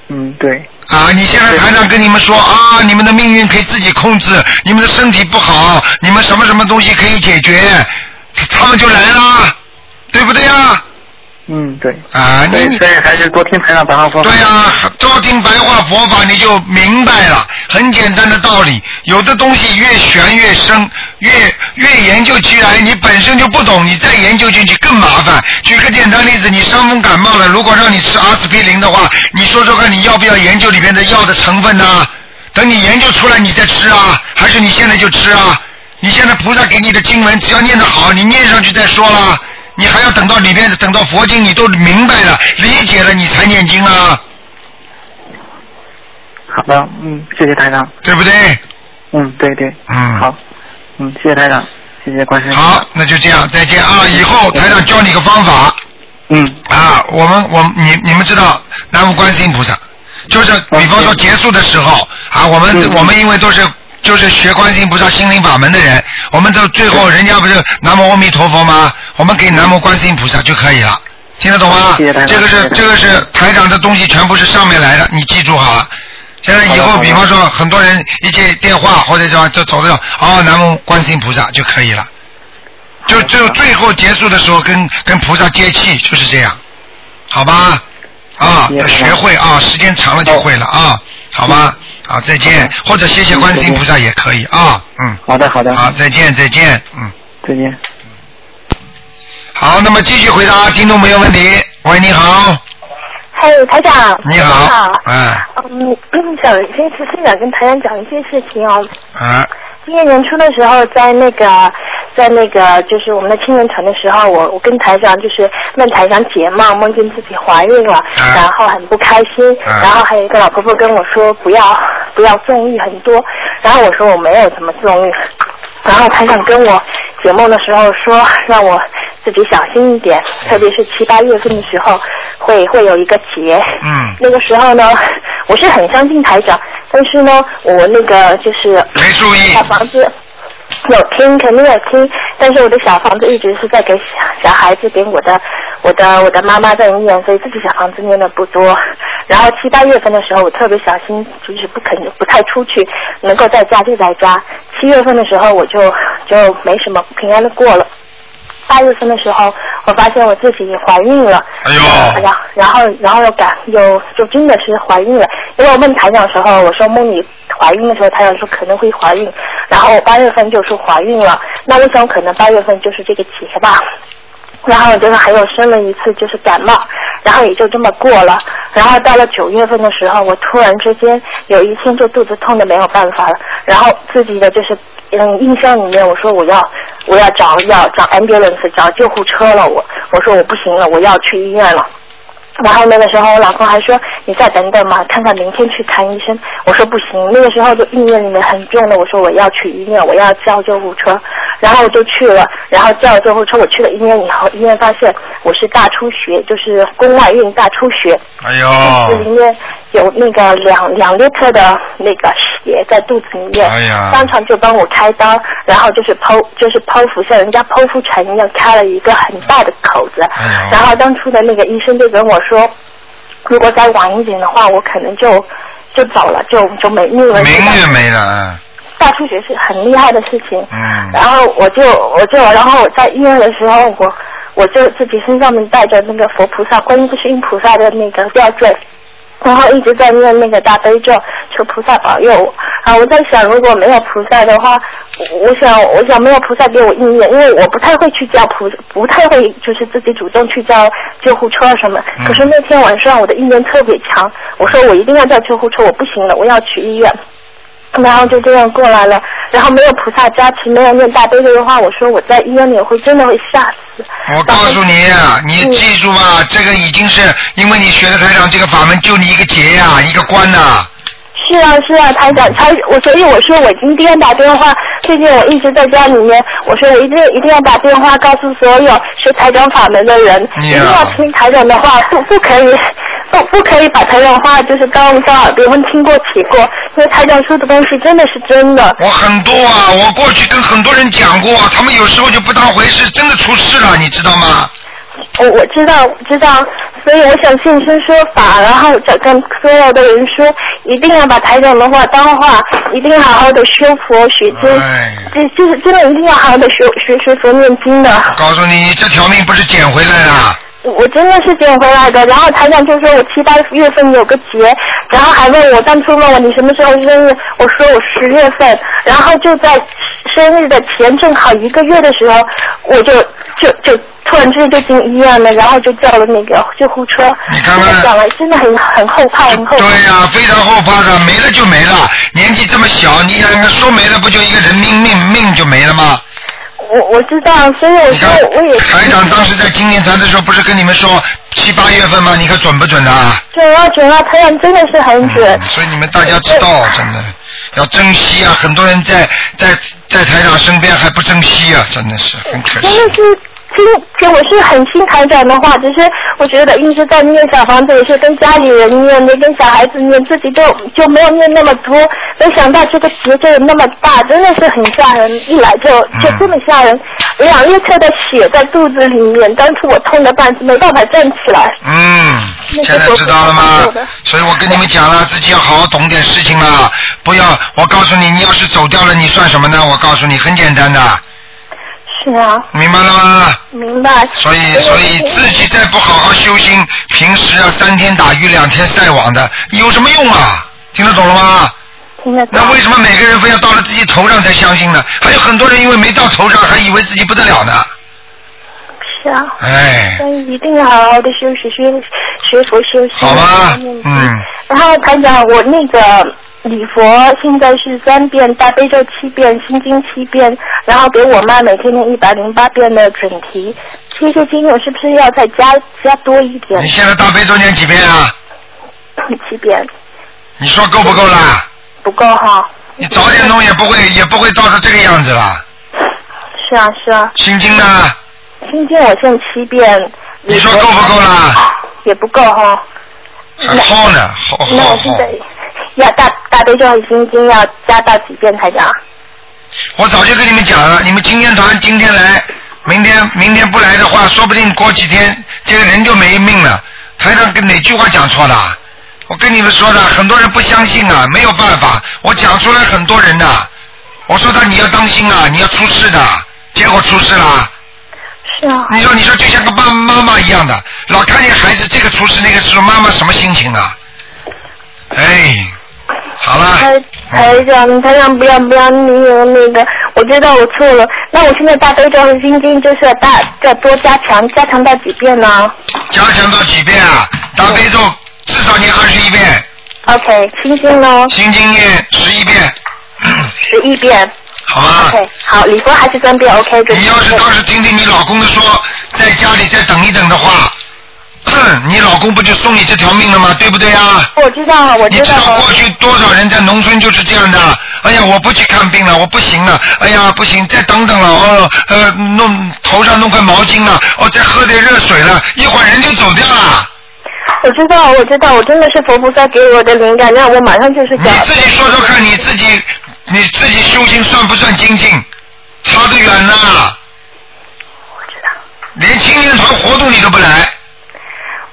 Speaker 10: 嗯，对，
Speaker 1: 啊！你现在台上跟你们说啊，你们的命运可以自己控制，你们的身体不好，你们什么什么东西可以解决，他们就来啦，对不对呀？
Speaker 10: 嗯对。
Speaker 1: 啊，
Speaker 10: 所
Speaker 1: 你
Speaker 10: 以
Speaker 1: 你
Speaker 10: 所以还是多听台长白话佛法。
Speaker 1: 对呀、多听白话佛法你就明白了，很简单的道理。有的东西越玄越深，越越研究起来，你本身就不懂，你再研究进去更麻烦。举个简单例子，你伤风感冒了，如果让你吃阿司匹林的话，你说说看，你要不要研究里边的药的成分呢、等你研究出来你再吃啊，还是你现在就吃啊？你现在菩萨给你的经文，只要念得好，你念上去再说啦。你还要等到里面，等到佛经你都明白了、理解了，你才念经啊。
Speaker 10: 好的，嗯，谢谢台长。
Speaker 1: 对不对？
Speaker 10: 嗯，对对，
Speaker 1: 嗯
Speaker 10: 好，嗯，谢谢台长，谢谢观世音。
Speaker 1: 好，，那就这样，再见啊！以后台长教你个方法
Speaker 10: 嗯，
Speaker 1: 啊，我们我们你你们知道南无观世音菩萨，就是比
Speaker 10: 哦
Speaker 1: 方说结束的时候啊，我们、
Speaker 10: 嗯
Speaker 1: 我们因为都是。就是学观世音菩萨心灵法门的人，我们到最后人家不是南无阿弥陀佛吗？我们给南无观世音菩萨就可以了，听得懂吗？
Speaker 10: 哦谢谢台长
Speaker 1: 这个
Speaker 10: 谢
Speaker 1: 是
Speaker 10: 谢台长
Speaker 1: 这个是台长的东西，全部是上面来的，你记住好了。现在以
Speaker 10: 好的
Speaker 1: 后，
Speaker 10: 好的
Speaker 1: 比方说很多人一接电话或者什么就走着，哦，南无观世音菩萨就可以了。就
Speaker 10: 好的
Speaker 1: 就最后结束的时候跟跟菩萨接气，就是这样，好吧？啊，
Speaker 10: 也好
Speaker 1: 学会啊，时间长了就会了啊，好吧？好，再见
Speaker 10: 哦嗯好，
Speaker 1: 或者谢谢观世音
Speaker 10: 嗯
Speaker 1: 菩萨也可以啊，嗯，
Speaker 10: 好的好的，
Speaker 1: 好，再见，再见，嗯，
Speaker 10: 再见。
Speaker 1: 好，那么继续回答听众朋友问题。喂，你好，
Speaker 2: 嗨，台长。
Speaker 1: 你好，嗯
Speaker 2: 嗯，想先是先想跟台长讲一件事情哦。
Speaker 1: 啊
Speaker 2: 今年年初的时候，在那个，在那个就是我们的青年团的时候，我我跟台长就是问台长解梦，梦见自己怀孕了，然后很不开心，
Speaker 11: 啊
Speaker 2: 然后还有一个老婆婆跟我说不要不要纵欲很多，然后我说我没有怎么纵欲，然后台长跟我解梦的时候说让我自己小心一点，特别是七八月份的时候会会有一个劫，
Speaker 1: 嗯，
Speaker 2: 那个时候呢，我是很相信台长，但是呢，我那个就是
Speaker 1: 没注意
Speaker 2: 小房子。有听，肯定有听，但是我的小房子一直是在给小小孩子，给我的、我的、我的妈妈在念，所以自己小房子念的不多。然后七八月份的时候，我特别小心，就是不肯不太出去，能够在家就在家。七月份的时候，我就就没什么平安的过了。八月份的时候，我发现我自己怀孕了，
Speaker 1: 哎呦，
Speaker 2: 然然后然后又感又就真的是怀孕了，因为我问台长的时候，我说梦里怀孕的时候，台长说可能会怀孕，然后我八月份就说怀孕了，那我想可能八月份就是这个节吧，然后我就是还有生了一次就是感冒，然后也就这么过了。然后到了九月份的时候，我突然之间有一天就肚子痛的没有办法了，然后自己的就是嗯印象里面我说我要我要找要找 ambulance 找救护车了，我我说我不行了，我要去医院了。然后那个时候，我老公还说：“你再等等嘛，看看明天去看医生。”我说不行，那个时候就意念里面很重的，我说我要去医院，我要叫救护车。然后我就去了，然后叫了救护车。我去了医院以后，医院发现我是大出血，就是宫外孕大出血。
Speaker 1: 哎呦，
Speaker 2: 哦肚子里面有那个两两 liter 的那个血在肚子里面，
Speaker 1: 哎呀
Speaker 2: 当场就帮我开刀，然后就是剖就是剖腹像人家剖腹产一样开了一个很大的口子，
Speaker 1: 哎
Speaker 2: 然后当初的那个医生就跟我说，如果再晚一点的话，我可能就就走了，就就没命了。
Speaker 1: 明日没了，
Speaker 2: 大出血是很厉害的事情，
Speaker 1: 嗯
Speaker 2: 然后我就我就然后我在医院的时候，我我就自己身上面带着那个佛菩萨、观音不是音菩萨的那个吊坠，然后一直在念那个大悲咒，求菩萨保佑我。啊，我在想，如果没有菩萨的话，我我想我想没有菩萨给我意念，因为我不太会去叫菩，不太会就是自己主动去叫救护车什么。可是那天晚上我的意念特别强，我说我一定要叫救护车，我不行了，我要去医院。然后就这样过来了，然后没有菩萨加持，没有念大悲咒的话，我说我在医院里会真的会吓死。
Speaker 1: 我告诉你啊，你记住吧，这个已经是因为你学了台长这个法门，就你一个劫呀、一个关呐、
Speaker 2: 是啊是啊，台长，他我所以我说我今天打电话，最近我一直在家里面，我说我一定一定要打电话告诉所有学台长法门的人，
Speaker 1: 你
Speaker 2: 一
Speaker 1: 啊
Speaker 2: 定要听台长的话，不不可以不不可以把台长话就是当当耳边风听过起过，因为台长说的东西真的是真的。
Speaker 1: 我很多啊，我过去跟很多人讲过，啊他们有时候就不当回事，真的出事了，你知道吗？
Speaker 2: 我我知道我知道，所以我想现身说法，然后想跟所有的人说，一定要把台长的话当话，一定好好的修佛学经，这就是真的一定要好好的学学学佛念经的。
Speaker 1: 告诉你，这条命不是捡回来的。
Speaker 2: 我真的是捡回来的，然后台长就说我七八月份有个节，然后还问我当初问我你什么时候生日，我说我十月份，然后就在生日的前正好一个月的时候，我就就就突然之间就进医院了，然后就叫了那个救护车，
Speaker 1: 你看看
Speaker 2: 我讲了真的很很后怕，很后怕。
Speaker 1: 对呀、非常后怕的，没了就没了。年纪这么小，你想想看，说没了不就一个人命命命就没了吗？
Speaker 2: 我我知道，所以我说我也
Speaker 1: 台长当时在今年咱的时候，不是跟你们说七八月份吗？你看准不准啊？
Speaker 2: 准了准了，台长真的是很准。
Speaker 1: 嗯所以你们大家知道，真的要珍惜啊！很多人在在在台长身边还不珍惜啊，真的是很可惜
Speaker 2: 真。的是。听，听我是很听台长的话，只是我觉得一直在念小房子，也是跟家里人念的，跟小孩子念，自己就就没有念那么多。没想到这个节奏那么大，真的是很吓人，一来就就这么吓人。两列车的血在肚子里面，当初我痛的半死，没办法站起来。
Speaker 1: 嗯，现在知道了吗？所以我跟你们讲了，自己要好好懂点事情了，不要我告诉你，你要是走掉了，你算什么呢？我告诉你，很简单的，
Speaker 2: 是啊，
Speaker 1: 明白了吗？
Speaker 2: 明白。
Speaker 1: 所以，所以自己再不好好修心，平时啊三天打鱼两天晒网的，有什么用啊？听得懂了吗？
Speaker 2: 听得
Speaker 1: 那为什么每个人非要到了自己头上才相信呢？还有很多人因为没到头上，还以为自己不得了呢。
Speaker 2: 下。
Speaker 1: 哎，
Speaker 2: 但一定要好好的休息，学学佛修心。
Speaker 1: 好吧，
Speaker 2: 嗯
Speaker 1: 嗯，
Speaker 2: 然后台长，我那个礼佛现在是三遍，大悲咒七遍，心经七遍，然后给我妈每天念一百零八遍的准提。这些经我是不是要再加加多一点
Speaker 1: 你？现在大悲咒念几遍啊？
Speaker 2: 七遍
Speaker 1: 你说够不够啦？
Speaker 2: 不够哈？
Speaker 1: 你早点弄也不会也不会造成这个样子啦。
Speaker 2: 是啊是啊，
Speaker 1: 心经呢？
Speaker 2: 心经我现七遍。
Speaker 1: 你说够不够啦？
Speaker 2: 也不够哈。
Speaker 1: 还耗呃呢，耗
Speaker 2: 那
Speaker 1: 耗
Speaker 2: 我现
Speaker 1: 耗。
Speaker 2: 在要大大悲咒和心经要加到几遍，台长？
Speaker 1: 我早就跟你们讲了，你们今天团今天来，明天明天不来的话，说不定过几天这个人就没命了。台上跟哪句话讲错了？我跟你们说的，很多人不相信啊，没有办法，我讲出来很多人的、我说他你要当心啊，你要出事的，结果出事了。
Speaker 2: 是啊，
Speaker 1: 你说，你说，就像个爸妈妈一样的，老看见孩子这个出事那个出事，妈妈什么心情啊？哎，好了
Speaker 2: 台，台长，台长不要不要你有那个，我知道我错了。那我现在大悲咒和心经就是要大要多加强，加强到几遍呢
Speaker 1: 加强到几遍啊？大悲咒至少念二十一遍，
Speaker 2: ？OK，心经呢
Speaker 1: 心经念十一遍，
Speaker 2: 十一遍
Speaker 1: 好吧？
Speaker 2: ，OK，好，礼佛还是三遍，OK，准
Speaker 1: 你要是当时听听你老公的说，在家里再等一等的话， 你老公不就送你这条命了吗？对不对啊？
Speaker 2: 我知道了，我
Speaker 1: 你
Speaker 2: 知
Speaker 1: 知
Speaker 2: 道
Speaker 1: 道
Speaker 2: 了
Speaker 1: 过，去多少人在农村就是这样的？哎呀，我不去看病了，我不行了，哎呀，不行，再等等了，哦，呃，弄头上弄块毛巾了，哦，再喝点热水了，一会儿人就走掉了。
Speaker 2: 我知道，我知道，我真的是佛菩萨给我的灵感，让我马上就是
Speaker 1: 你
Speaker 2: 讲，
Speaker 1: 自己说说看，你自己，你自己修行算不算精进？差得远呐！
Speaker 2: 我知道。
Speaker 1: 连青年团活动你都不来，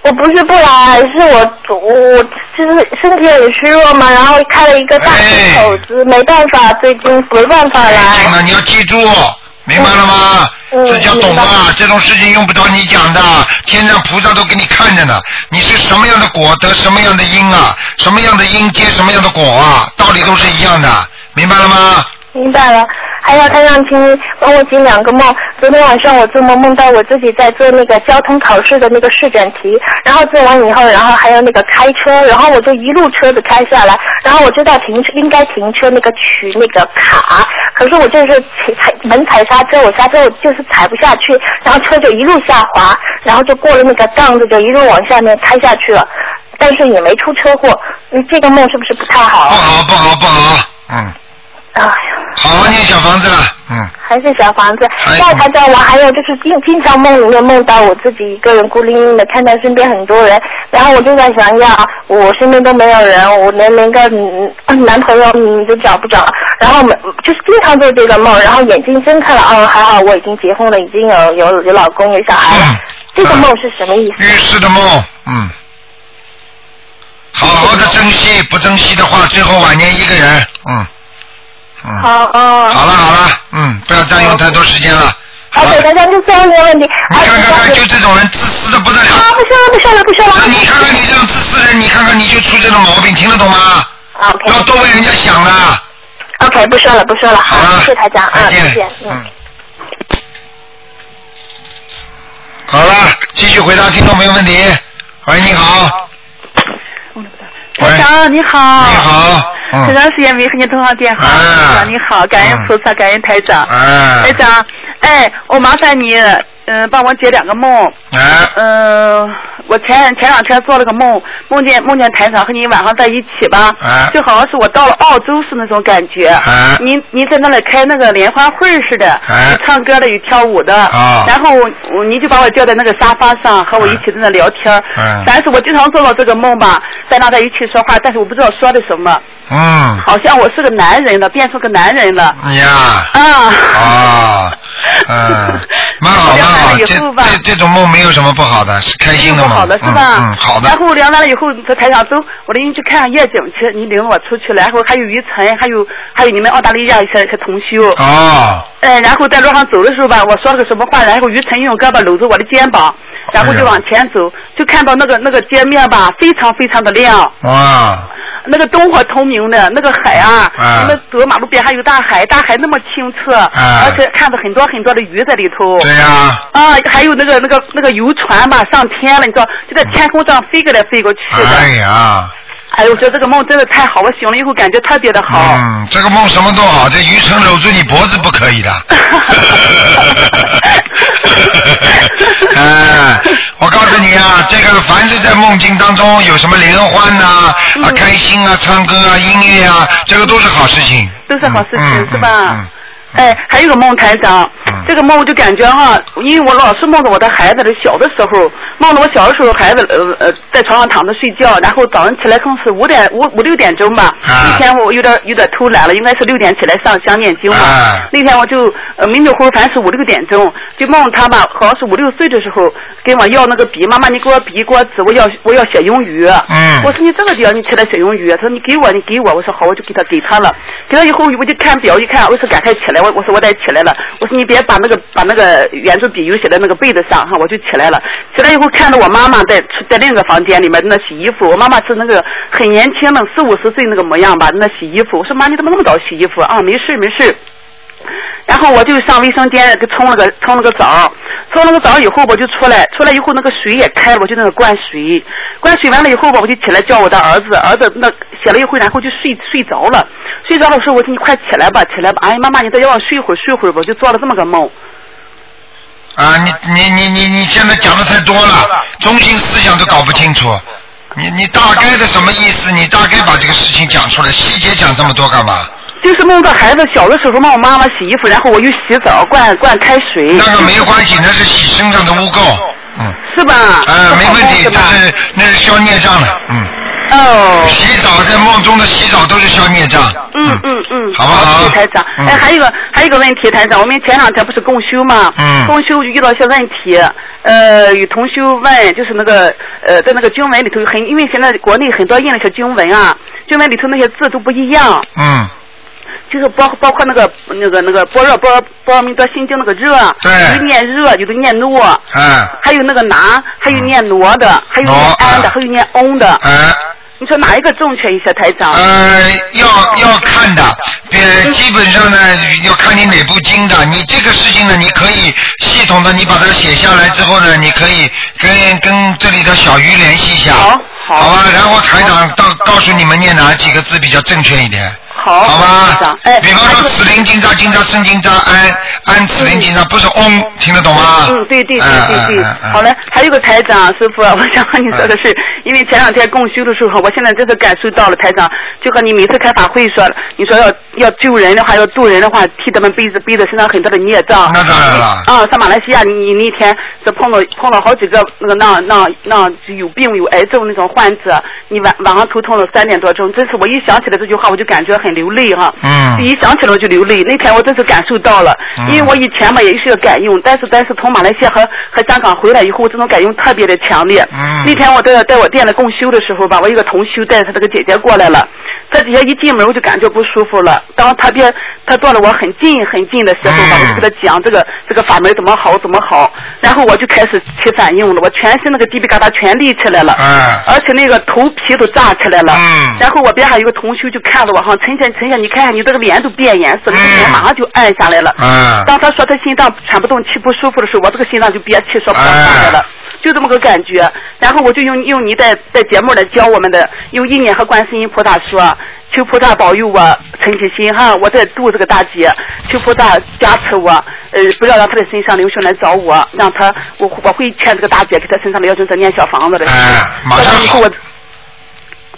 Speaker 2: 我不是不来，是我我我就是身体很虚弱嘛，然后开了一个大
Speaker 1: 哎
Speaker 2: 口子，没办法，最近没办法
Speaker 1: 真
Speaker 2: 来。
Speaker 1: 的，你要记住，明白了吗？
Speaker 2: 嗯
Speaker 1: 这叫懂
Speaker 2: 明
Speaker 1: 啊，这种事情用不着你讲的，天上菩萨都给你看着呢。你是什么样的果，得什么样的因啊，什么样的因结什么样的果啊，道理都是一样的，明白了吗？
Speaker 2: 明白了。还有他让请帮我解两个梦。昨天晚上我做梦梦到我自己在做那个交通考试的那个试卷题，然后做完以后，然后还有那个开车，然后我就一路车子开下来，然后我知道停车应该停车那个取那个卡，可是我就是踩门踩刹车，我刹车我就是踩不下去，然后车就一路下滑，然后就过了那个杠子，就一路往下面开下去了，但是也没出车祸。嗯这个梦是不是不太
Speaker 1: 不
Speaker 2: 好？啊
Speaker 1: 好，不好，不好，嗯，
Speaker 2: 哎呀。
Speaker 1: 好好念小房子了，嗯，
Speaker 2: 还是小房子
Speaker 1: 还。
Speaker 2: 那台长，我还有就是经经常梦里面梦到我自己一个人孤零零的，看到身边很多人，然后我就在想呀，我身边都没有人，我连连个嗯男朋友嗯都找不着，然后每就是经常做这个梦，然后眼睛睁开了，哦，还好我已经结婚了，已经有有有老公有小孩了
Speaker 1: 嗯。
Speaker 2: 这个梦是什么意思？
Speaker 1: 预示的梦，嗯，好好的珍惜，不珍惜的话，最后晚年一个人，嗯，嗯。
Speaker 2: 好哦。
Speaker 1: 好了好了，嗯，不要占用太多时间了。好了，
Speaker 2: OK，台
Speaker 1: 你
Speaker 2: 长，就最后一个问题。啊
Speaker 1: 看看看，
Speaker 2: 台
Speaker 1: 就
Speaker 2: 长
Speaker 1: 这种人自私的不得
Speaker 2: 啊，
Speaker 1: 了。
Speaker 2: 不说了，不说了，不说
Speaker 1: 那
Speaker 2: 了。
Speaker 1: 你看看你这种自私人，你看看你就出这种毛病，听得懂吗？要
Speaker 2: OK，OK，
Speaker 1: 多为人家想的。
Speaker 2: 啊不说了，不说了。
Speaker 1: 好了，
Speaker 2: 谢谢台长啊，
Speaker 1: 再
Speaker 2: 谢谢
Speaker 1: 见。。
Speaker 2: 嗯。。
Speaker 1: 好了，继续回答听众朋友问题。喂，你好。喂，
Speaker 11: 台
Speaker 1: 你
Speaker 11: 长你好，
Speaker 1: 好。
Speaker 11: 很
Speaker 1: 嗯。
Speaker 11: 长时间没和您通上电话
Speaker 1: 啊嗯
Speaker 11: 了，台长你好，感恩菩萨，感恩台长，台
Speaker 1: 哎。
Speaker 11: 长，哎，我麻烦你，嗯、帮我解两个梦，
Speaker 1: 哎。
Speaker 11: 嗯、我前前两天做了个梦，梦见梦见台长和您晚上在一起吧，
Speaker 1: 哎
Speaker 11: 就好像是我到了澳洲是那种感觉，
Speaker 1: 哎
Speaker 11: 您您在那里开那个联欢会似的，
Speaker 1: 哎
Speaker 11: 有唱歌的有跳舞的，
Speaker 1: 啊
Speaker 11: 然后我我您就把我叫在那个沙发上和我一起在那聊天儿，
Speaker 1: 哎
Speaker 11: 但是我经常做到这个梦吧，在那在一起说话，但是我不知道说的什么，
Speaker 1: 嗯。
Speaker 11: 好像我是个男人了，变成个男人了，
Speaker 1: 你呀。
Speaker 11: 啊，
Speaker 1: 啊， 嗯，蛮好蛮好，这
Speaker 11: 我聊完了以后吧
Speaker 1: 这这种梦没有什么不好的，是开心的
Speaker 11: 不
Speaker 1: 梦，
Speaker 11: 好了是吧？
Speaker 1: 嗯嗯，好的
Speaker 11: 然，后聊完了以后，这台上走，我领你去看看夜景去，你领我出去了，然后还有于晨，还有还有你们澳大利亚一些一些同修，
Speaker 1: 哦，
Speaker 11: 哎，然后在路上走的时候吧，我说了个什么话，然后于晨用胳膊搂着我的肩膀，然后就往前走，就看到那个那个街面吧，非常非常的亮，
Speaker 1: 啊，
Speaker 11: 那个灯火通明的，那个海啊，
Speaker 1: 啊
Speaker 11: 那走马路边还有大海，大海那么清澈，而且看着很多很多的鱼在里头。
Speaker 1: 对呀、
Speaker 11: 啊。还有那个那个那个游船吧，上天了，你知道，就在天空上飞过来飞过去的。
Speaker 1: 哎呀，
Speaker 11: 哎呦，我觉得这个梦真的太好，我醒了以后感觉特别的好。
Speaker 1: 嗯，这个梦什么都好，这鱼成搂住你脖子不可以的。 哎，我告诉你啊，这个凡是在梦境当中有什么联欢呐、啊、
Speaker 11: 嗯
Speaker 1: 开心啊、唱歌啊、音乐啊，这个都是好事情。
Speaker 11: 都是好事情，是吧？哎，还有个梦，台长，这个梦我就感觉哈，因为我老是梦到我的孩子的小的时候，梦到我小的时候孩子呃呃在床上躺着睡觉，然后早上起来可能是五点五五六点钟吧。那天我有点有点偷懒了，应该是六点起来上香念经嘛。那天我就呃迷迷糊糊，反正是五六点钟，就梦他吧，好像是五六岁的时候跟我要那个笔，妈妈你给我笔给我纸，我要我要写英语。
Speaker 1: 嗯
Speaker 11: 我说你这个表你起来写英啊语，他说你给我你给我，我说好我就给他给他了，给他以后我就看表一看，我说赶快起来，我我说我得起来了，我说你别把那个把那个圆珠笔又写在那个被子上哈，我就起来了，起来以后看到我妈妈在在另一个房间里面在那洗衣服，我妈妈是那个很年轻的四五十岁那个模样吧，在那洗衣服，我说妈你怎么那么早洗衣服啊？没事没事。然后我就上卫生间给冲了个冲了个澡，冲了个澡以后我就出来，出来以后那个水也开了，我就那个灌水，灌水完了以后吧，我就起来叫我的儿子，儿子那写了一会，然后就睡睡着了，睡着了我说我说你快起来吧，起来吧，哎妈妈你再让我睡一会儿睡一会儿吧，我就做了这么个梦。
Speaker 1: 啊，你你你你你现在讲的太多了，中心思想都搞不清楚。你你大概的什么意思？你大概把这个事情讲出来，细节讲这么多干嘛？
Speaker 11: 就是梦到孩子小的时候嘛，我妈妈洗衣服，然后我又洗澡灌灌开水。
Speaker 1: 那个没关系，那是洗身上的污垢，嗯。
Speaker 11: 是吧？
Speaker 1: 呃，没问题，这是那是消孽障的，嗯。
Speaker 11: 哦。
Speaker 1: 洗澡在梦中的洗澡都是消孽障。
Speaker 11: 嗯嗯嗯，
Speaker 1: 好不好
Speaker 11: 谢谢台长。
Speaker 1: 嗯
Speaker 11: 哎，还有一个还有一个问题，台长，我们前两天不是共修嘛？
Speaker 1: 嗯
Speaker 11: 共修就遇到一些问题，呃，有同修问，就是那个呃，在那个经文里头很，因为现在国内很多印那些经文啊，经文里头那些字都不一样，
Speaker 1: 嗯，
Speaker 11: 就是包包括那个那个那个般若波波罗蜜多心经那个热，
Speaker 1: 对
Speaker 11: 有的念热，有的念诺，
Speaker 1: 哎，
Speaker 11: 还有那个拿，还有念挪的，还有念安的，还有念翁的。
Speaker 1: 嗯哎。
Speaker 11: 你说哪一个正确一些，台长？
Speaker 1: 呃，要要看的，别基本上呢要看你哪部经的。你这个事情呢，你可以系统的，你把它写下来之后呢，你可以跟跟这里的小鱼联系一下，好，好吧。然后台长到告诉你们念哪几个字比较正确一点。
Speaker 11: 好，
Speaker 1: 好吧，
Speaker 12: 哎
Speaker 1: 比方说此灵金吒金吒生金吒安安此灵金吒不是嗡，听得懂吗？
Speaker 11: 嗯，对对对
Speaker 1: 嗯
Speaker 11: 对对
Speaker 1: 嗯嗯，嗯
Speaker 11: 好嘞，还有个台长师傅啊， 我想和你说的是，
Speaker 1: 哎
Speaker 11: 因为前两天共修的时候，我现在真的感受到了台长，就和你每次开法会说，你说要要救人的话，要渡人的话，替他们背着背着身上很多的孽障。
Speaker 1: 那当然嗯了
Speaker 11: 啊，上马来西亚，你你那天是碰到碰到好几个那个那那那就有病有癌症那种患者，你晚晚上头痛了三点多钟，真是我一想起来这句话，我就感觉很流泪哈。
Speaker 12: 嗯
Speaker 11: 一想起来我就流泪，那天我真是感受到了，
Speaker 12: 嗯
Speaker 11: 因为我以前嘛也是个感应，但是但是从马来西亚和和香港回来以后，这种感应特别的强烈。
Speaker 12: 嗯
Speaker 11: 那天我在在我店里共修的时候吧，我一个同修带着他这个姐姐过来了。这底下一进门我就感觉不舒服了，当他别他坐了我很近很近的时候吧，
Speaker 12: 嗯
Speaker 11: 我就跟他讲这个这个法门怎么好怎么好，然后我就开始起反应了，我全身那个鸡皮疙瘩全立起来了，
Speaker 1: 嗯
Speaker 11: 而且那个头皮都炸起来了，
Speaker 1: 嗯
Speaker 11: 然后我边上有个同修就看着我哈，陈先陈先你看看你这个脸都变颜色了，这个脸马上就暗下来了，
Speaker 1: 嗯
Speaker 11: 当他说他心脏喘不动气不舒服的时候，我这个心脏就憋气说不上话
Speaker 1: 啊
Speaker 11: 来了。就这么个感觉，然后我就用用你在在节目里教我们的，用意念和观世音菩萨说，求菩萨保佑我陈启新哈，我在度这个大劫，求菩萨加持我，呃，不要让他的身上灵性来找我，让他我我会劝这个大姐给他身上的妖精者念小房子的。
Speaker 1: 啊马
Speaker 11: 上以后我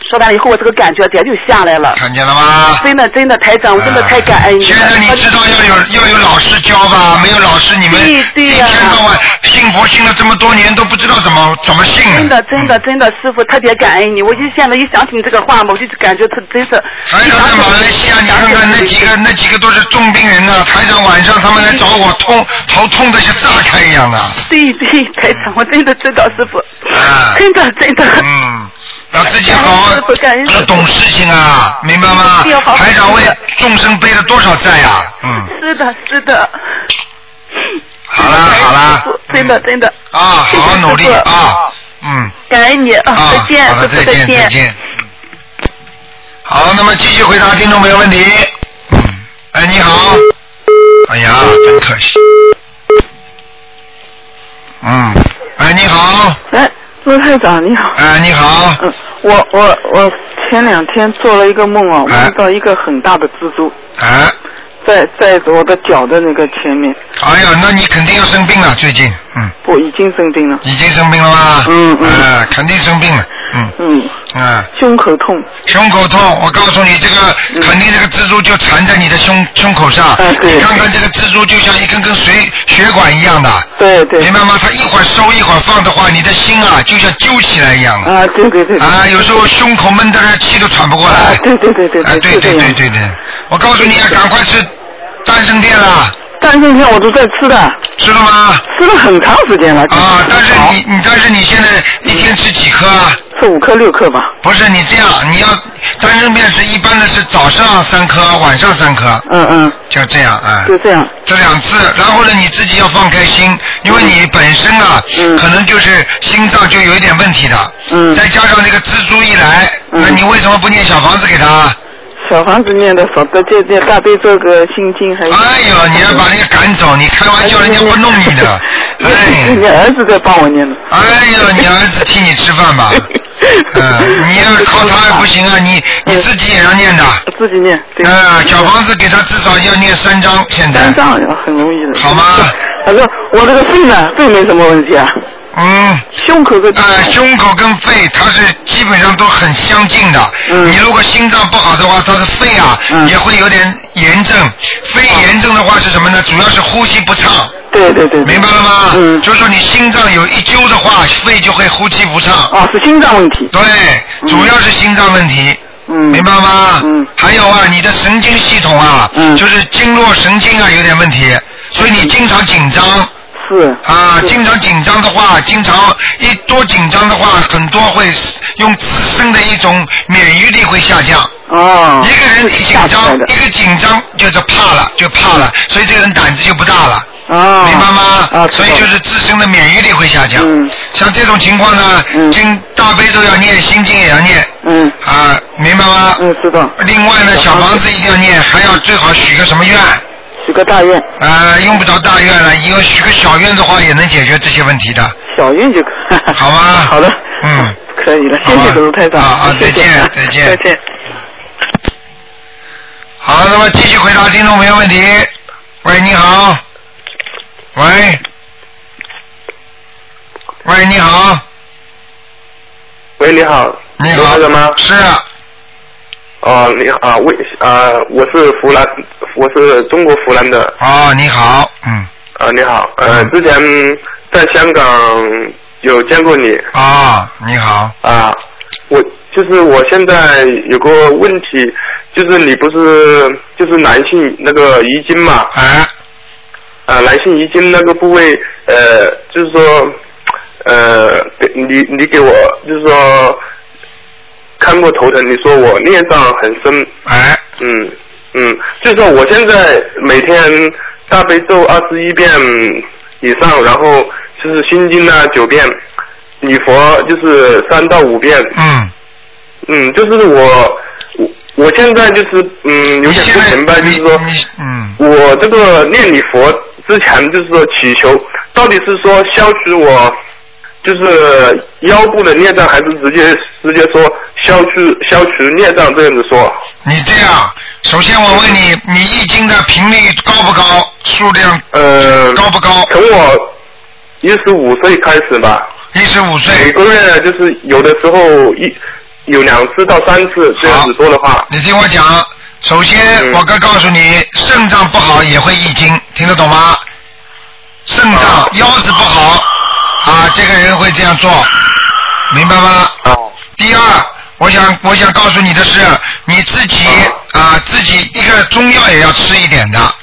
Speaker 11: 说完以后，我这个感觉点就下来了。
Speaker 1: 看见了吗？
Speaker 11: 真的真的，台长，我真的太感恩你了。
Speaker 1: 现在你知道要有要有老师教吧？没有老师，你们一天到晚信佛信了这么多年，都不知道怎么怎么信
Speaker 11: 真的，真
Speaker 1: 嗯
Speaker 11: 的，真的，师傅特别感恩你。我就现在一想起你这个话嘛，我就感觉他真是。
Speaker 1: 台长在马来西亚，你看看那几个那几个都是重病人呐、台长晚上他们来找我痛，头痛的像炸开一样的。
Speaker 11: 对对，台长，我真的知道师傅，
Speaker 1: 啊。
Speaker 11: 真的真的。
Speaker 1: 嗯，要自己好好要懂事情啊，明白吗
Speaker 11: 要好？好
Speaker 1: 台长为众生背了多少债呀、嗯。
Speaker 11: 是的，是的。
Speaker 1: 好啦好啦，
Speaker 11: 哎真的真的。
Speaker 1: 啊，好好努力啊，嗯，
Speaker 11: 感恩你啊，再见，
Speaker 1: 好的，
Speaker 11: 师
Speaker 1: 再
Speaker 11: 傅
Speaker 1: 见，再见。好，那么继续回答听众朋友问题。嗯，哎，你好。哎呀，真可惜。嗯，哎，你好。
Speaker 12: 哎，陆太长你好。
Speaker 1: 哎，你好。
Speaker 12: 嗯，我我我前两天做了一个梦啊，
Speaker 1: 哎
Speaker 12: 梦到一个很大的蜘蛛。
Speaker 1: 啊。
Speaker 12: 在在我的脚的那个前面，
Speaker 1: 哎呀，那你肯定要生病了，最近，嗯，
Speaker 12: 我已经生病了。
Speaker 1: 已经生病了吗？嗯嗯。哎，肯定生病了，嗯。
Speaker 12: 嗯。
Speaker 1: 啊。
Speaker 12: 胸口痛。嗯
Speaker 1: 胸口痛，我告诉你，这个肯定这个蜘蛛就缠在你的胸胸口
Speaker 12: 啊
Speaker 1: 上。你看看这个蜘蛛就像一根根水血管一样的。
Speaker 12: 对对。
Speaker 1: 明白吗？它一会儿收一会儿放的话，你的心啊就像揪起来一样的。
Speaker 12: 啊，对对对。
Speaker 1: 啊，有时候胸口闷得气都喘不过来。
Speaker 12: 对对对对对。
Speaker 1: 啊，对对对对对，我告诉你啊，赶快吃丹参片啦。
Speaker 12: 丹参片我都在吃的。
Speaker 1: 吃了吗？
Speaker 12: 吃了很长时间了。
Speaker 1: 啊，但是你你但是你现在一天吃几颗啊？
Speaker 12: 吃五颗六颗吧。
Speaker 1: 不是你这样，你要丹参片是一般的是早上三颗，晚上三颗。
Speaker 12: 嗯嗯。
Speaker 1: 就这样啊。
Speaker 12: 就这样。
Speaker 1: 这两次，然后呢，你自己要放开心，因为
Speaker 12: 嗯
Speaker 1: 你本身啊，可能就是心脏就有一点问题的。
Speaker 12: 嗯。
Speaker 1: 再加上那个蜘蛛一来，那你为什么不念小房子给他？
Speaker 12: 小房子念的少，的这这大悲咒个心经还有。
Speaker 1: 哎呦，你要把人家赶走，你开玩笑，人家不弄你的。哎。
Speaker 12: 哎 你儿子在帮我念的。
Speaker 1: 哎呦，你儿子替你吃饭 吧？嗯，你要靠他还不行啊，你你自己也要念的。
Speaker 12: 哎自己念。
Speaker 1: 嗯，小房子给他至少要念三张，现在。
Speaker 12: 三张哎很容易的。
Speaker 1: 好吗？
Speaker 12: 反正我这个肺呢，肺没什么问题啊。
Speaker 1: 嗯，
Speaker 12: 胸口跟
Speaker 1: 呃胸口跟肺，它是基本上都很相近的。嗯。你如果心脏不好的话，它的肺啊、
Speaker 12: 嗯
Speaker 1: 也会有点炎症。肺炎症的话是什么呢？主要是呼吸不畅。
Speaker 12: 对对对。
Speaker 1: 明白了吗？嗯。就是说你心脏有一揪的话，肺就会呼吸不畅。
Speaker 12: 啊，是心脏问题。
Speaker 1: 对，主要是心脏问题。
Speaker 12: 嗯。
Speaker 1: 明白吗？嗯。还有啊，你的神经系统啊，嗯，就是经络神经啊有点问题，所以你经常紧张。
Speaker 12: 是。
Speaker 1: 啊，经常紧张的话，经常一多紧张的话，很多会用自身的一种免疫力会下降。
Speaker 12: 哦。
Speaker 1: 一个人一紧张，一个紧张就是怕了，就怕了，所以这个人胆子就不大了。
Speaker 12: 哦。
Speaker 1: 明白吗？啊，所以就是自身的免疫力会下降。嗯。像这种情况呢，经大悲咒要念，心经也要念。
Speaker 12: 嗯。
Speaker 1: 啊，明白吗？
Speaker 12: 嗯，知道。
Speaker 1: 另外呢，小房子一定要念，还要最好许个什么愿？
Speaker 12: 许个大愿。
Speaker 1: 啊，用不着大愿了，以后许个小愿的话，也能解决这些问题的。
Speaker 12: 小运 就
Speaker 1: 好吗？
Speaker 12: 好的，
Speaker 1: 嗯，
Speaker 12: 可以了，谢谢卢台长。
Speaker 1: 啊，再见
Speaker 12: 谢谢啊，
Speaker 1: 再见
Speaker 12: 再见。
Speaker 1: 好，那么继续回答听众朋友问题。喂，你好。喂。喂，你好。
Speaker 13: 喂，你好，
Speaker 1: 你
Speaker 13: 好，是吗？
Speaker 1: 哎是。啊
Speaker 13: 哦，你好，为啊、我是湖南，我是中国湖南的。
Speaker 1: 哦，你好，嗯。
Speaker 13: 啊、你好，呃，之前在香港有见过你
Speaker 1: 啊、你好，
Speaker 13: 啊、我就是我现在有个问题，就是你不是就是男性那个遗精嘛？
Speaker 1: 啊。
Speaker 13: 啊，男性遗精那个部位，呃，就是说，呃，给你你给我就是说看过头疼，你说我孽障很深。
Speaker 1: 哎。
Speaker 13: 嗯嗯，就是说我现在每天大悲咒二十一遍以上，然后就是心经啊九遍，礼佛就是三到五遍。
Speaker 1: 嗯。
Speaker 13: 嗯，就是我我我现在就是嗯有点不明白，就是说
Speaker 1: 嗯
Speaker 13: 我这个念礼佛之前就是说祈求，到底是说消除我就是腰部的孽障，还是直接直接说消除消除孽障这样子说？
Speaker 1: 你这样，首先我问你，你易经的频率高不高？数量
Speaker 13: 呃
Speaker 1: 高不高？
Speaker 13: 从我一十五岁开始吧。
Speaker 1: 一十五岁。
Speaker 13: 每个月就是有的时候一有两次到三次这样子说的话。
Speaker 1: 你听我讲，首先我该告诉你，肾脏不好也会易经，听得懂吗？肾脏腰子不好啊，这个人会这样做，明白吗？第二，我想我想告诉你的是，你自己啊自己一个中药也要吃一点的。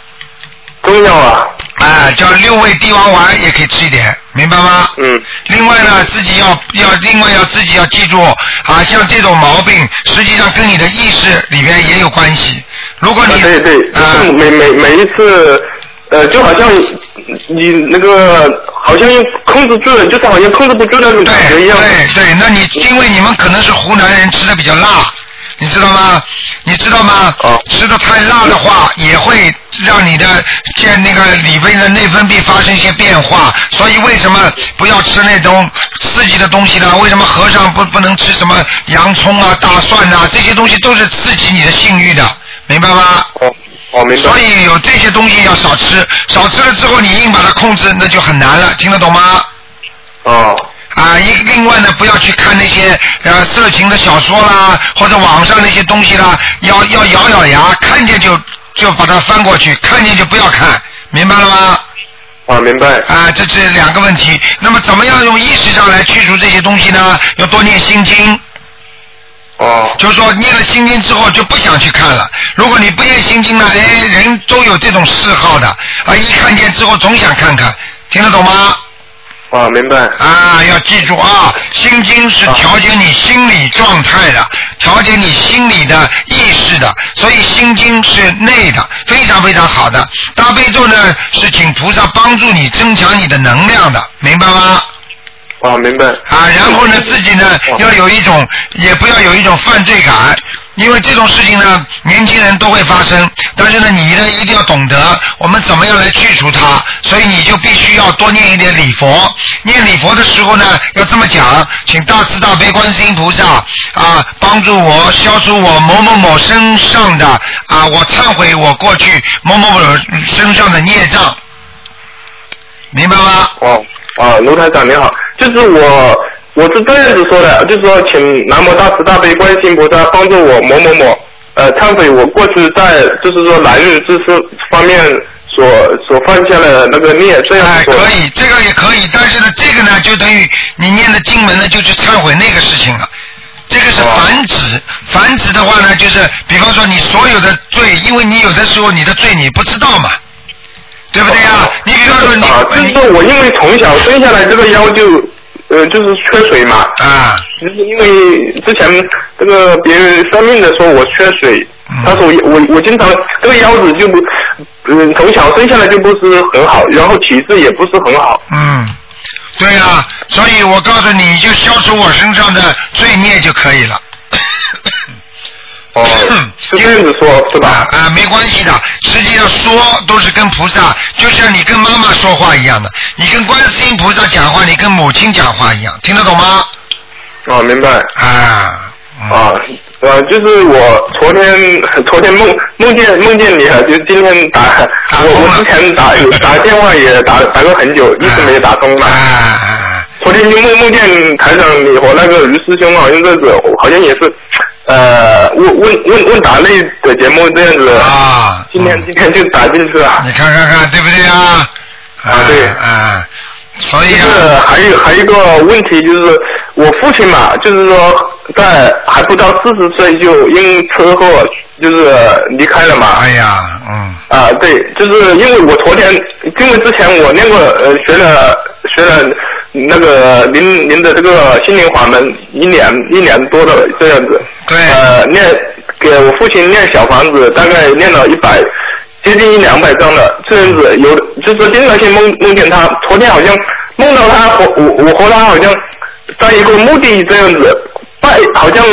Speaker 13: 中药啊。
Speaker 1: 哎，叫六味地黄丸也可以吃一点，明白吗？
Speaker 13: 嗯。
Speaker 1: 另外呢，自己要要另外要自己要记住啊，像这种毛病，实际上跟你
Speaker 13: 呃
Speaker 1: 的意识里边也有关系。如果你呃
Speaker 13: 啊对对，就是每每每一次呃，就好像你那个好像控制住了，就是好像控制不住那种感觉一样。
Speaker 1: 对对，那你因为你们可能是湖南人，吃的比较辣，你知道吗？你知道吗？
Speaker 13: 哦
Speaker 1: 吃的太辣的话，也会让你的见那个里边的内分泌发生一些变化。所以为什么不要吃那种刺激的东西呢？为什么和尚不不能吃什么洋葱啊、大蒜呐、这些东西都是刺激你的性欲的，明白吗？
Speaker 13: 哦，明白。
Speaker 1: 所以有这些东西要少吃，少吃了之后你硬把它控制，那就很难了，听得懂吗？
Speaker 13: 哦。
Speaker 1: 啊，一另外呢，不要去看那些呃色情的小说啦，或者网上那些东西啦，要要咬咬牙，看见就就把它翻过去，看见就不要看，明白了吗？
Speaker 13: 啊，明白。
Speaker 1: 啊，这这两个问题，那么怎么样用意识上来去除这些东西呢？要多念心经。
Speaker 13: 哦。
Speaker 1: 就是说念了心经之后就不想去看了。如果你不念心经呢，哎，人都有这种嗜好的啊，一看见之后总想看看，听得懂吗？
Speaker 13: 啊，明白。
Speaker 1: 啊，要记住啊，心经是调节你心理状态的，调节你心理的意识的，所以心经是内的，非常非常好的。大悲咒呢是请菩萨帮助你增强你的能量的，明白吗？
Speaker 13: 啊，明白。
Speaker 1: 啊，然后呢，自己呢要有一种，也不要有一种犯罪感，因为这种事情呢，年轻人都会发生。但是呢，你呢一定要懂得我们怎么样来去除它，所以你就必须要多念一点礼佛。念礼佛的时候呢，要这么讲，请大慈大悲观世音菩萨啊，帮助我消除我某某某身上的啊，我忏悔我过去某某某身上的孽障。明白吗？
Speaker 13: 哦，啊，卢台长你好，就是我，我是这样子说的，就是说请南无大慈大悲观世音菩萨帮助我某某某，呃，忏悔我过去在就是说男女之事方面所所犯下的那个孽，这样说。
Speaker 1: 哎可以，这个也可以，但是呢，这个呢就等于你念的经文呢，就去忏悔那个事情了。这个是
Speaker 13: 哦
Speaker 1: 繁殖，繁殖的话呢，就是比方说你所有的罪，因为你有的时候你的罪你不知道嘛，对不对呀、你比方说你，
Speaker 13: 哦啊，就是说我因为从小生下来这个腰就，呃，就是缺水嘛。
Speaker 1: 啊。
Speaker 13: 就是因为之前这个别人算命的说我缺水，
Speaker 1: 嗯
Speaker 13: 他说我我我经常这个腰子就不，嗯，从小生下来就不是很好，然后体质也不是很好。
Speaker 1: 嗯，对呀、所以我告诉你，你就消除我身上的罪孽就可以了。
Speaker 13: 哦，
Speaker 1: 这
Speaker 13: 样子说是吧？
Speaker 1: 啊，没关系的。实际上说都是跟菩萨，就像你跟妈妈说话一样的，你跟观世音菩萨讲话，你跟母亲讲话一样，听得懂吗？
Speaker 13: 哦，明白。
Speaker 1: 啊。
Speaker 13: 啊，呃，就是我昨天 昨天梦梦见梦见你了，啊就今天打我我之前打打电话也打打过很久，一直
Speaker 1: 啊
Speaker 13: 没打通嘛。昨天就梦梦见台长你和那个于师兄好像这个好像也是，呃，问问问问答类的节目这样子。
Speaker 1: 啊。
Speaker 13: 今天今天就打进去了。
Speaker 1: 你看看看，对不对啊？
Speaker 13: 啊，对。
Speaker 1: 啊，所以
Speaker 13: 就是还有还有一个问题就是，我父亲嘛，就是说在还不到四十岁就因车祸就是离开了嘛。
Speaker 1: 哎呀，嗯。
Speaker 13: 啊，对，就是因为我昨天，因为之前我那个呃学了学了那个您您的这个心灵法门一年一年多的这样子。
Speaker 1: 对。
Speaker 13: 呃，念给我父亲念小房子，大概念了一百。接近一两百张了，这样子有就是经常性梦梦见他，昨天好像梦到他和我我和他好像在一个墓地这样子，拜好像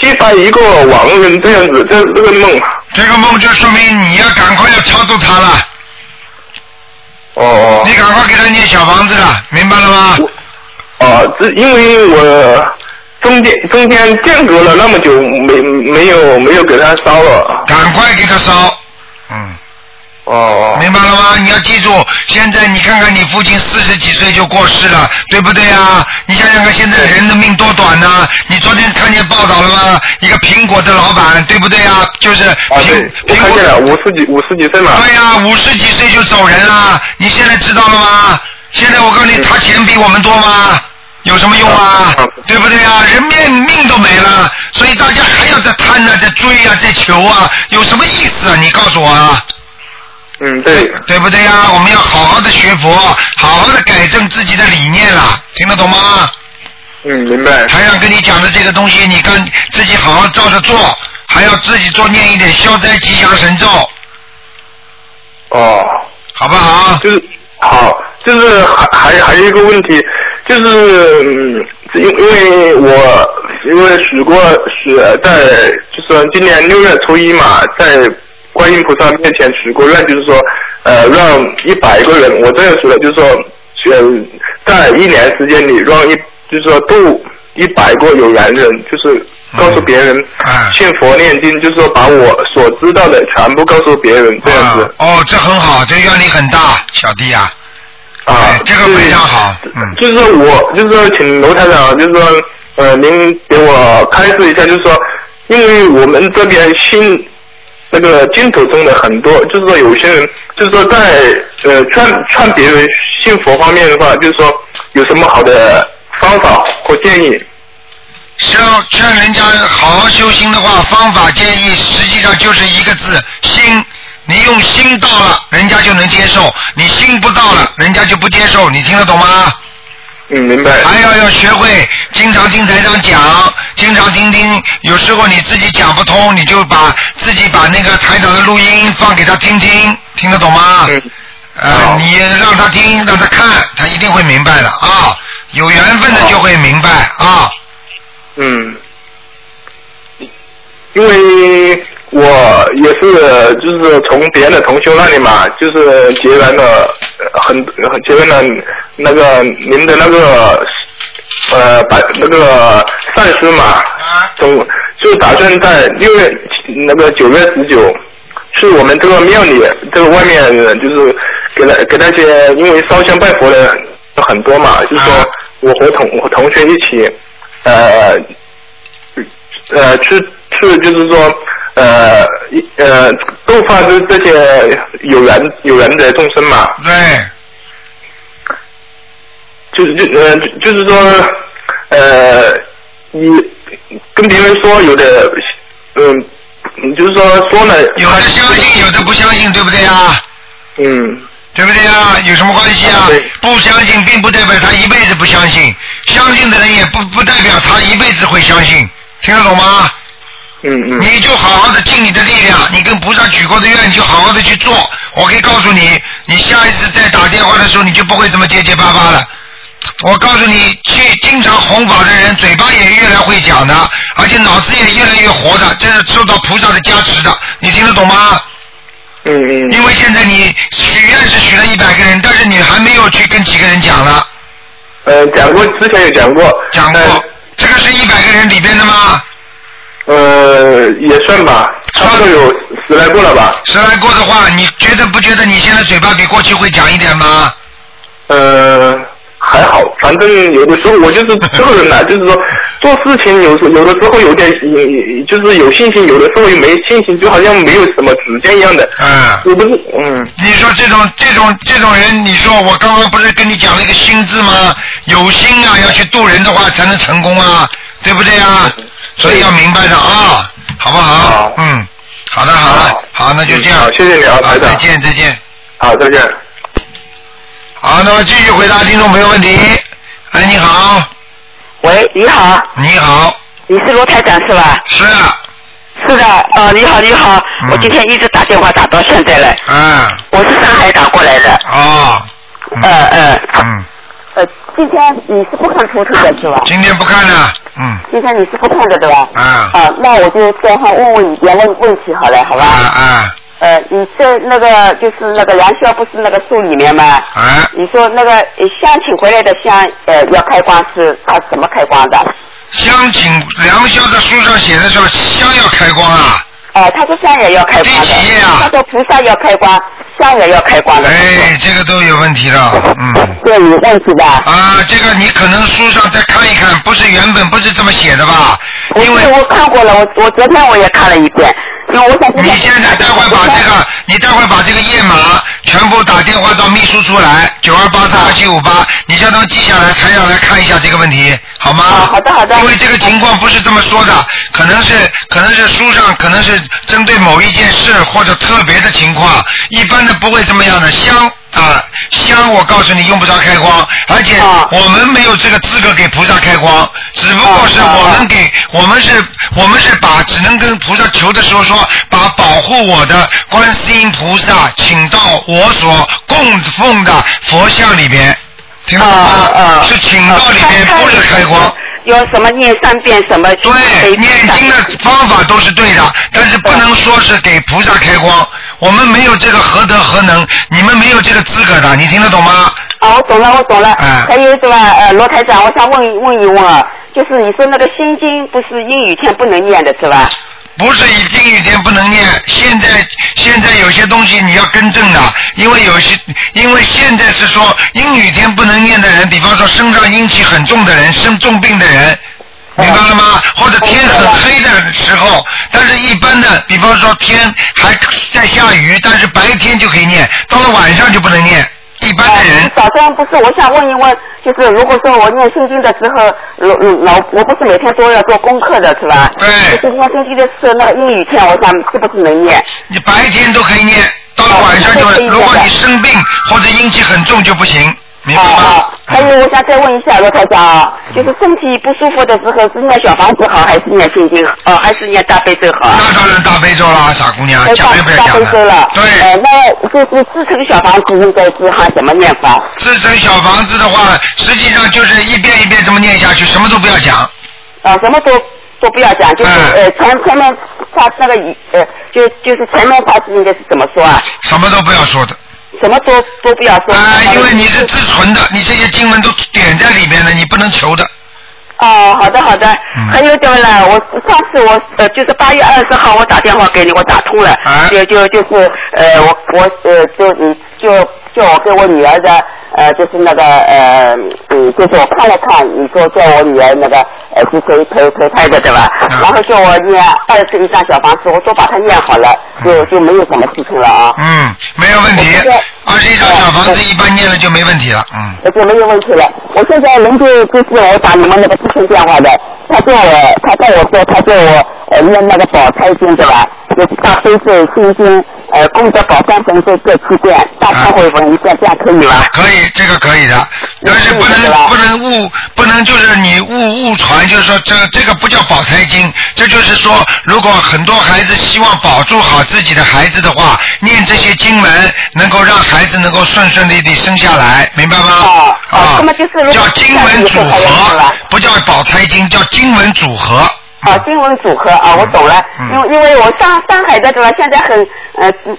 Speaker 13: 祭拜一个亡人这样子，这这个梦。
Speaker 1: 这个梦就说明你要赶快要超度他了。
Speaker 13: 哦哦。
Speaker 1: 你赶快给他念小房子了，明白了吗？
Speaker 13: 哦，这因为我中间中间间隔了那么久，没没有没有给他烧了。
Speaker 1: 赶快给他烧。
Speaker 13: 哦
Speaker 1: 明白了吗？你要记住，现在你看看你父亲四十几岁就过世了，对不对啊？你想想看，现在人的命多短呐、你昨天看见报道了吗？一个苹果的老板，对不对啊？就是
Speaker 13: 哦，啊对，我看见了，五十几五十几岁嘛。
Speaker 1: 对哎呀、五十几岁就走人了，你现在知道了吗？现在我告诉你，他钱比我们多吗？有什么用啊？对不对啊？人命命都没了，所以大家还要再贪呐、再追啊、再求啊，有什么意思啊？你告诉我啊！
Speaker 13: 嗯，对。
Speaker 1: 对不对啊呀？我们要好好的学佛，好好的改正自己的理念啦，听得懂吗？
Speaker 13: 嗯，明白。
Speaker 1: 台上跟你讲的这个东西，你跟自己好好照着做，还要自己多念一点消灾吉祥神咒，
Speaker 13: 哦。
Speaker 1: 好不好？
Speaker 13: 就是好，就是还还还有一个问题，就是嗯，因因为我因为许过许在就是今年六月初一嘛，在观音菩萨面前许过愿，就是说呃让一百个人，我这样说的，就是说呃在一年时间里让一就是说度一百个有缘人，就是
Speaker 1: 嗯
Speaker 13: 告诉别人
Speaker 1: 啊
Speaker 13: 信佛念经，就是说把我所知道的全部告诉别人这样子。
Speaker 1: 哦，这很好，这愿力很大，小弟啊。
Speaker 13: 啊，
Speaker 1: 这个非常好。嗯，
Speaker 13: 就是说我，就是说请罗台长，就是说，呃，您给我开示一下，就是说，因为我们这边新那个净土中的很多，就是说有些人，就是说在呃劝劝别人信佛方面的话，就是说有什么好的方法或建议？
Speaker 1: 是要劝人家好好修心的话，方法建议实际上就是一个字：心。你用心到了，人家就能接受；你心不到了，人家就不接受。你听得懂吗？
Speaker 13: 嗯，明白。
Speaker 1: 还要要学会经常听台上讲，经常听听。有时候你自己讲不通，你就把自己把那个台长的录音放给他听听，听得懂吗？嗯。呃，你让他听，让他看，他一定会明白的啊。有缘分的就会明白啊。
Speaker 13: 嗯，因为我也是就是从别人的同修那里嘛，就是结缘了呃很结缘了那个您的那个呃白那个善师嘛，总就打算在六月那个九月十九去我们这个庙里这个外面呃就是给那给那些因为烧香拜佛的很多嘛，就是说我和同我和同学一起。呃呃，去去就是说呃一呃度化这这些有缘有缘的众生嘛，
Speaker 1: 对，
Speaker 13: 就是就呃就是说呃你跟别人说有的嗯、就是说说呢，
Speaker 1: 有的相信，有的不相信，对不对呀？
Speaker 13: 嗯，
Speaker 1: 对不对呀？有什么关系啊？不相信并不代表他一辈子不相信，相信的人也不不代表他一辈子会相信，听得懂吗？
Speaker 13: 嗯嗯。
Speaker 1: 你就好好的尽你的力量，你跟菩萨许过的愿，你就好好的去做。我可以告诉你，你下一次再打电话的时候，你就不会这么结结巴巴了。我告诉你，去经常弘法的人，嘴巴也越来会讲的，而且脑子也越来越活的，这是受到菩萨的加持的。你听得懂吗？
Speaker 13: 嗯嗯。
Speaker 1: 因为现在你许愿是许了一百个人，但是你还没有去跟几个人讲了。
Speaker 13: 呃，讲过之前有讲过，
Speaker 1: 讲过，这个是一百个人里边的吗？
Speaker 13: 呃也算吧，差不多有十来个了吧，
Speaker 1: 十来过的话，你觉得不觉得你现在嘴巴比过去会讲一点吗？
Speaker 13: 呃，还好，反正有的时候我就是这个人呐、 就是说做事情有时有的时候有点，也就是有信心，有的时候又没信心，就好像没有什么主见一样的。
Speaker 1: 嗯。
Speaker 13: 我不是，嗯，
Speaker 1: 你说这种这种这种人，你说我刚刚不是跟你讲了一个心字吗？有心啊，要去度人的话才能成功啊，对不对啊？所以要明白的啊，好不好？嗯，好的，好的，好，那就这样。
Speaker 13: 好谢谢你啊
Speaker 1: 好
Speaker 13: 台长
Speaker 1: 再见，再见。
Speaker 13: 好，再见。
Speaker 1: 好，那么继续回答听众朋友问题。哎，你好，
Speaker 8: 喂，你好。
Speaker 1: 你好。
Speaker 8: 你是罗台长是吧？
Speaker 1: 是。
Speaker 8: 是的，哦，你好，你好，我今天一直打电话打到现在了。
Speaker 1: 嗯。
Speaker 8: 我是上海打过来的。
Speaker 1: 哦。
Speaker 8: 呃呃。
Speaker 1: 嗯。
Speaker 8: 呃，今天你是不看图腾的是吧？
Speaker 1: 今天不看了，嗯。
Speaker 8: 今天你是不看的对吧？
Speaker 1: 啊。
Speaker 8: 啊，那我就再还问问你点问问题好了，好吧？
Speaker 1: 啊啊。
Speaker 8: 呃，你在那个就是那个梁霄不是那个树里面吗？
Speaker 1: 啊。
Speaker 8: 你说那个呃香请回来的香，呃，要开光是它怎么开光的？
Speaker 1: 香请梁霄的书上写的时候，香要开光啊。
Speaker 8: 哦、他说香也要开光的。第几页啊？他说菩萨要开光，香也要开光的。
Speaker 1: 哎，这个都有问题了，嗯。
Speaker 8: 这有问题吧？
Speaker 1: 啊，这个你可能书上再看一看，不是原本不是这么写的吧？
Speaker 8: 因为我看过了，我我昨天我也看了一遍，因为我想
Speaker 1: 你现在待会把这个，你待会把这个页码全部打电话到秘书处来，九二八三二七五八，你叫他们记下来，台长来看一下这个问题，好吗？好
Speaker 8: 的啊好的。
Speaker 1: 因为这个情况不是这么说的，可能是可能是书上可能是针对某一件事或者特别的情况，一般的不会这么样的。香啊、香香，我告诉你用不着开光，而且我们没有这个资格给菩萨开光，只不过是我们给我们是我们是把只能跟菩萨求的时候说，把保护我的观世音菩萨请到我所供奉的佛像里边，听得懂吗？是请到里边，不是开光。
Speaker 8: 啊有什么念三遍什么？
Speaker 1: 对，念经的方法都是对的，但是不能说是给菩萨开光，我们没有这个何德何能，你们没有这个资格的，你听得懂吗？
Speaker 8: 啊，我懂了，我懂了。
Speaker 1: 哎
Speaker 8: 还有是吧？呃，罗台长，我想问一问一问啊，就是你说那个心经不是阴雨天不能念的是吧？
Speaker 1: 不是一定雨天不能念，现在现在有些东西你要更正的，因为有些因为现在是说阴雨天不能念的人，比方说身上阴气很重的人，生重病的人，明白了吗？或者天很黑的时候，但是一般的，比方说天还在下雨，但是白天就可以念，到了晚上就不能念。一般的人。
Speaker 8: 呃早上不是，我想问一问，就是如果说我念心经的时候，老嗯老我不是每天都要做功课的是吧？
Speaker 1: 对。啊
Speaker 8: 就是念心经的时候，那个阴雨天，我想是不是能念？
Speaker 1: 你白天都可以念，到了晚上就
Speaker 8: 可以念的
Speaker 1: 如果你生病或者阴气很重就不行，明白吗？
Speaker 8: 还有，我想再问一下罗台长啊，就是身体不舒服的时候是念小房子好，还是念心经？哦，还是念大悲咒好？啊
Speaker 1: 那当然大悲咒啦，傻姑娘，讲也不要
Speaker 8: 大
Speaker 1: 讲
Speaker 8: 悲咒
Speaker 1: 了。
Speaker 8: 了。对。呃，那就是自成小房子应该是哈怎么念法？
Speaker 1: 自成小房子的话，实际上就是一遍一遍这么念下去，什么都不要讲。
Speaker 8: 啊，什么都都不要讲，就是、呃前前面他那个语呃就就是前面他应该是怎么说啊？
Speaker 1: 什么都不要说的。
Speaker 8: 什么都都不要说。
Speaker 1: 啊、因为你是自存的，你这些经文都点在里面的，你不能求的。
Speaker 8: 哦，好的好的，
Speaker 1: 嗯
Speaker 8: 还有对了，我上次我呃就是八月二十号我打电话给你，我打通了，
Speaker 1: 啊
Speaker 8: 就就就是呃我我呃就你就就我给我女儿的呃就是那个呃嗯就是我看了看，你说叫我女儿那个呃去陪陪陪胎的对吧？
Speaker 1: 啊
Speaker 8: 然后叫我念二十一张小房子，我都把它念好了，就就没有什么事情了啊。
Speaker 1: 嗯，没有问题。二十一张小房子一般念了就没问题了。嗯，
Speaker 8: 呃，就没有问题了。我现在能够就是我打你们那个咨询电话的，他叫我，他叫我说，他叫我呃念那个宝钗经对吧？就是大悲咒、心经、呃功德宝山神咒各七遍，大忏悔文一遍，这样可以吗？
Speaker 1: 啊可以，这个可以的，但是不能不能误不能就是你误误传，就是说这这个不叫保胎经，这就是说，如果很多孩子希望保住好自己的孩子的话，念这些经文能够让孩子能够顺顺利利生下来，明白吗？啊，
Speaker 8: 哦那么就是如果
Speaker 1: 叫经文组合，不叫保胎经，叫经文组合。
Speaker 8: 啊，经文组合啊，我懂了。
Speaker 1: 嗯
Speaker 8: 因为因为我上上海的对吧？现在很呃，嗯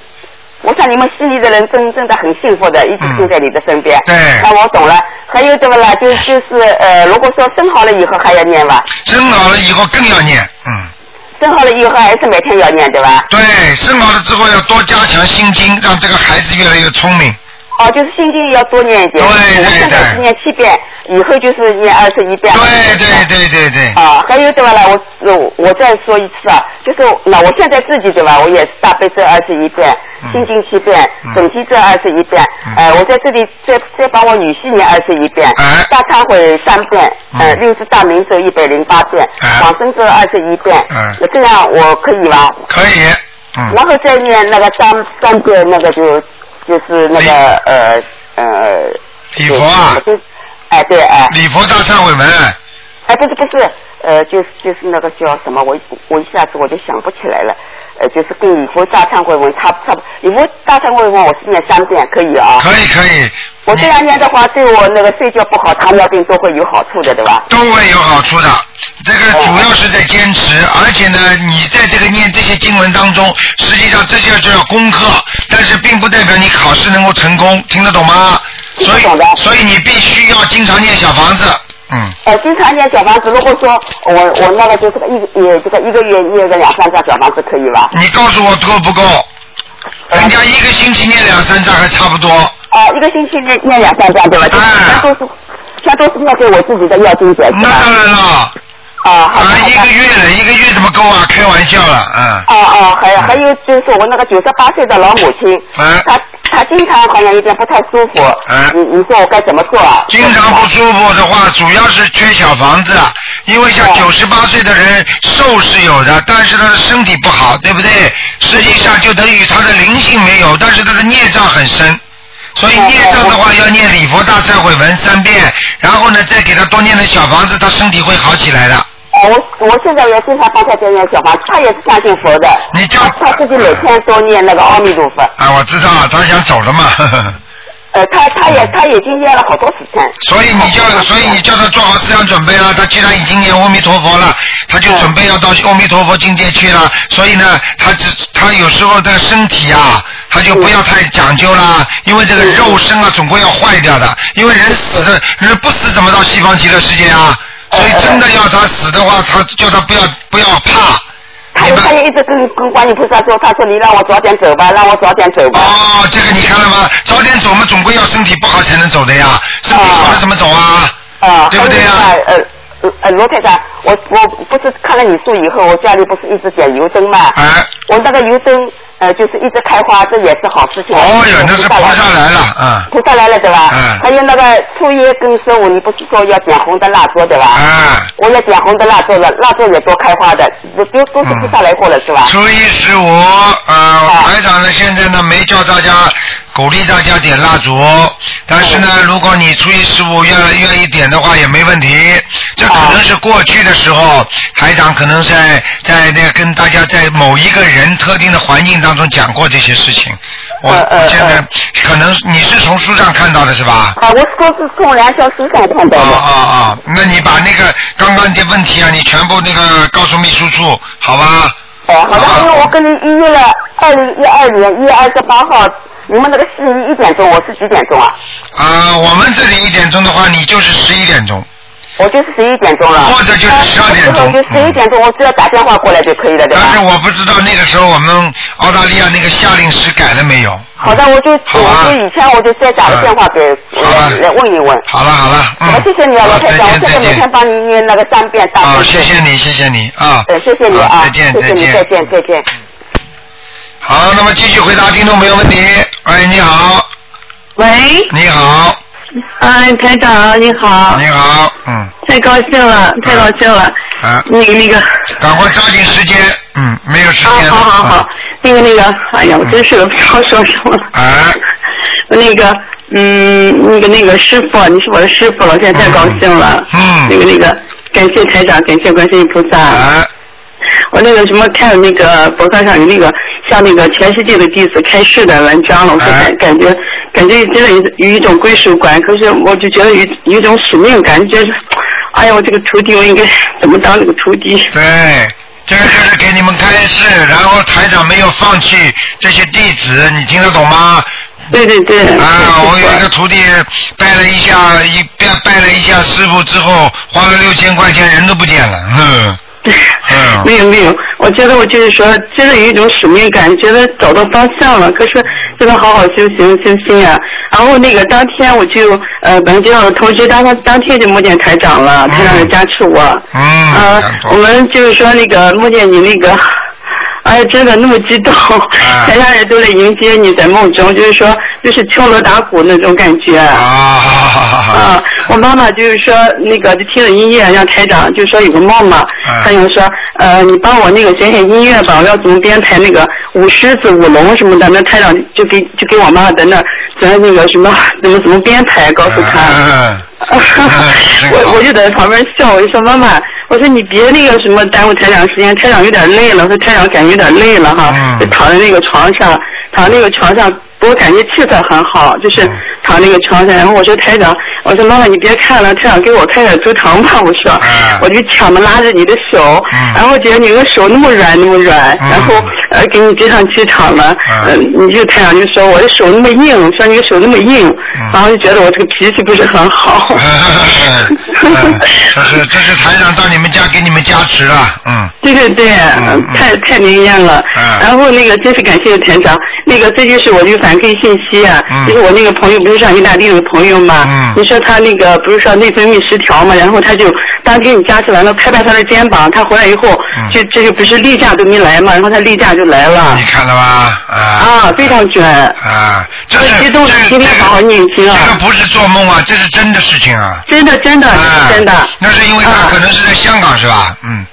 Speaker 8: 我想你们悉尼的人真真的很幸福的，一直住在你的身边。
Speaker 1: 嗯对
Speaker 8: 那我懂了。还有对不啦？就就是呃，如果说生好了以后还要念吧？
Speaker 1: 生好了以后更要念，嗯。
Speaker 8: 生好了以后还是每天要念对吧？
Speaker 1: 对，生好了之后要多加强心经，让这个孩子越来越聪明。
Speaker 8: 哦，就是心经要多念一点。对对对。现在是念七遍，以后就是念二十一遍。对
Speaker 1: 对对对对。
Speaker 8: 啊，还有对吧？啦，我我我再说一次啊，就是那我现在自己对吧？我也是大悲咒二十一遍，心经七遍，准提咒二十一遍。呃，我在这里再再帮我女婿念二十一遍，大忏悔三遍，呃，六字大明咒一百零八遍，往生咒二十一遍。
Speaker 1: 嗯
Speaker 8: 那这样我可以吗？
Speaker 1: 可以。嗯。
Speaker 8: 然后再念那个三三遍那个就就是那个呃呃。
Speaker 1: 礼佛啊。
Speaker 8: 就哎对哎。
Speaker 1: 礼佛大忏悔文。
Speaker 8: 哎不是不是呃就是就是那个叫什么我我一下子我就想不起来了。呃，就是跟礼佛大忏悔文差不差不，礼佛大忏悔文我是念三遍，可以啊。
Speaker 1: 可以可以。
Speaker 8: 我这样念的话，对我那个睡觉不好、糖尿病都会有好处的，对吧？
Speaker 1: 都会有好处的。这个主要是在坚持，而且呢，你在这个念这些经文当中，实际上这就叫功课，但是并不代表你考试能够成功，听得懂吗？所以，所以你必须要经常念小房子。嗯，
Speaker 8: 呃，经常念小房子，如果说我我那个就是一也这个一个月念个两三张小房子，可以吧？
Speaker 1: 你告诉我够不够？人家一个星期念两三张还差不多。
Speaker 8: 啊，一个星期念念两三张对吧？就是全都是全都是念给我自己的要经者。
Speaker 1: 那哎当然了。啊，一个月了，一个月怎么够啊？开玩笑了，嗯。
Speaker 8: 哦哦，还有还有就是我那个九十八岁的老母亲，
Speaker 1: 哎
Speaker 8: 她她经常好像有点不太舒服，你你说我该怎么做啊？
Speaker 1: 经常不舒服的话，主要是缺小房子，啊因为像九十八岁的人瘦是有的，但是他的身体不好，对不对？实际上就等于他的灵性没有，但是他的孽障很深。所以孽障的话要念礼佛大忏悔文三遍，然后呢再给他多念点小房子，他身体会好起来的。
Speaker 8: 哦，我我现在也经常帮他在念小房，他也是相信佛的。
Speaker 1: 你叫
Speaker 8: 他自己每天都念那个阿弥陀佛。
Speaker 1: 啊，我知道他想走了嘛。呵呵
Speaker 8: 呃，他他也他已经念了好多次天。
Speaker 1: 所以你叫，所以你叫他做好思想准备了。他既然已经念阿弥陀佛了，他
Speaker 8: 嗯
Speaker 1: 就准备要到阿弥陀佛境界去了。所以呢，他只他有时候的身体啊，他就
Speaker 8: 嗯
Speaker 1: 不要太讲究啦，因为这个肉身啊，总归要坏掉的。因为人死的，人不死怎么到西方极乐世界啊？所以真的要他死的话，他叫他不要不要怕。
Speaker 8: 他他也一直跟跟观音菩萨说，他说你让我早点走吧，让我早点走吧。
Speaker 1: 哦，这个你看了吗？早点走嘛，总归要身体不好才能走的呀。身体好了怎么走啊？
Speaker 8: 啊，
Speaker 1: 对不对呀、
Speaker 8: 还有一个呃呃呃，罗太太，我我不是看了你书以后，我家里不是一直点油灯嘛？
Speaker 1: 啊。
Speaker 8: 我那个油灯呃，就是一直开花，这也是好事情。啊
Speaker 1: 哦哟，那是菩萨来
Speaker 8: 了。
Speaker 1: 了，嗯。
Speaker 8: 菩萨来了对吧？
Speaker 1: 嗯
Speaker 8: 还有那个初一跟十五，你不是说要点红的蜡烛对吧？
Speaker 1: 嗯。
Speaker 8: 我也点红的蜡烛了，蜡烛也多开花的，都都都是菩萨来过了是吧？
Speaker 1: 初一十五，呃，台长呢现在呢没叫大家鼓励大家点蜡烛，哦但是呢，
Speaker 8: 哦
Speaker 1: 如果你初一十五愿愿意点的话也没问题。这可能是过去的时候，台长可能在在那跟大家在某一个人特定的环境当中讲过这些事情。我
Speaker 8: 呃
Speaker 1: 我现在可能你是从书上看到的是吧？
Speaker 8: 啊，我说是从燃烧书上看到的。
Speaker 1: 啊啊！那你把那个刚刚这问题啊，你全部那个告诉秘书处，好吧？
Speaker 8: 哦，好的，因为我跟你预约了二零一二年一月二十八号，你们那个是一点钟，我是几点钟啊？
Speaker 1: 啊，我们这里一点钟的话，你就是十一点钟。
Speaker 8: 我就是十一点钟了。
Speaker 1: 或者就是十二点钟。嗯
Speaker 8: 就十一点钟，我只要打电话过来就可以了，对吧？
Speaker 1: 但是我不知道那个时候我们澳大利亚那个夏令时改了没有？
Speaker 8: 好的，我就我就以前我就再打个啊电
Speaker 1: 嗯
Speaker 8: 话给来来问一问。
Speaker 1: 好了好了，
Speaker 8: 好，谢谢你啊，罗台长，我现在每天帮你念那个三遍大悲
Speaker 1: 好，
Speaker 8: 咒
Speaker 1: 哦谢谢你，谢谢你啊。
Speaker 8: 呃，谢谢你啊，
Speaker 1: 好再见
Speaker 8: 谢谢你，再
Speaker 1: 再见。
Speaker 8: 见，再见。
Speaker 1: 好，那么继续回答听众朋友问题。喂，你好。
Speaker 14: 喂。
Speaker 1: 你好。
Speaker 14: 哎，台长你好。
Speaker 1: 你好，嗯。
Speaker 14: 太高兴了，太高兴了。
Speaker 1: 啊。
Speaker 14: 那个那个。
Speaker 1: 赶快抓紧时间，嗯，没有时
Speaker 14: 间。好好好，那个那个，哎呀，我真是不知道说什么了。
Speaker 1: 啊。
Speaker 14: 那个，嗯，那个那个师傅，你是我的师傅了，我现在太高兴了。
Speaker 1: 嗯。
Speaker 14: 那个那个，感谢台长，感谢观世音菩萨。
Speaker 1: 啊。
Speaker 14: 我那个什么看那个博客上有那个向那个全世界的弟子开示的文章
Speaker 1: 啊
Speaker 14: 了，我说感感觉感觉真的有一种归属感，可是我就觉得有有一种使命感，就觉得哎呀，我这个徒弟我应该怎么当这个徒弟？
Speaker 1: 对，这个就是给你们开示，然后台长没有放弃这些弟子，你听得懂吗？
Speaker 14: 对对对。
Speaker 1: 啊，我有一个徒弟拜了一下一拜拜了一下师傅之后，花了六千块钱，人都不见了。嗯。 嗯。
Speaker 14: 没有没有，我觉得我就是说，真的有一种使命感，觉得找到方向了。可是真的好好修行修心啊。然后那个当天我就呃，本来就要通知当当天就梦见台长了，台长就加持我。
Speaker 1: 嗯。
Speaker 14: 呃，我们就是说那个梦见你那个。哎，真的那么激动， 全家人都来迎接你，在梦中就是说，就是敲锣打鼓那种感觉。啊
Speaker 1: 啊，
Speaker 14: 我妈妈就是说那个就听了音乐，让台长就说有个梦嘛，
Speaker 1: 嗯
Speaker 14: 她就说呃你帮我那个选选音乐吧，我要怎么编排那个舞狮子、舞龙什么的，那台长就给就给我妈妈在那儿在那个什么怎么怎么编排，告诉她。
Speaker 1: 嗯。
Speaker 14: 我我就在旁边笑，我就说妈妈，我说你别那个什么耽误台长时间，台长有点累了，我说台长感觉有点累了
Speaker 1: 嗯
Speaker 14: 哈，就躺在那个床上，躺在那个床上，我感觉气色很好，就是躺那个床上，然后我说台长，我说妈妈你别看了，台长给我开点猪糖吧，我说，我就抢着拉着你的手，然后觉得你那个手那么软那么软，然后呃给你接上机场了，呃你就台长就说我的手那么硬，说你的手那么硬，然后就觉得我这个脾气不是很好。
Speaker 1: 嗯嗯这是这是台长到你们家给你们加持了，嗯。
Speaker 14: 对对对，太太灵验了。然后那个真是感谢台长，那个这就是我就反馈信息啊，
Speaker 1: 嗯
Speaker 14: 就是我那个朋友不是上意大利那个朋友嘛，你说他那个不是说内分泌失调嘛，然后他就当给你加持完了，拍拍他的肩膀，他回来以后，
Speaker 1: 嗯
Speaker 14: 就这就不是例假都没来嘛，然后他例假就来了
Speaker 1: 你。看了吧？啊。
Speaker 14: 啊，非常准。
Speaker 1: 啊，这是
Speaker 14: 激动，今天好好念经啊。
Speaker 1: 这不是做梦啊，这是真的事情啊。
Speaker 14: 真的真的、
Speaker 1: 啊
Speaker 14: 真的。
Speaker 1: 那是因为他可能是在香港是吧？嗯。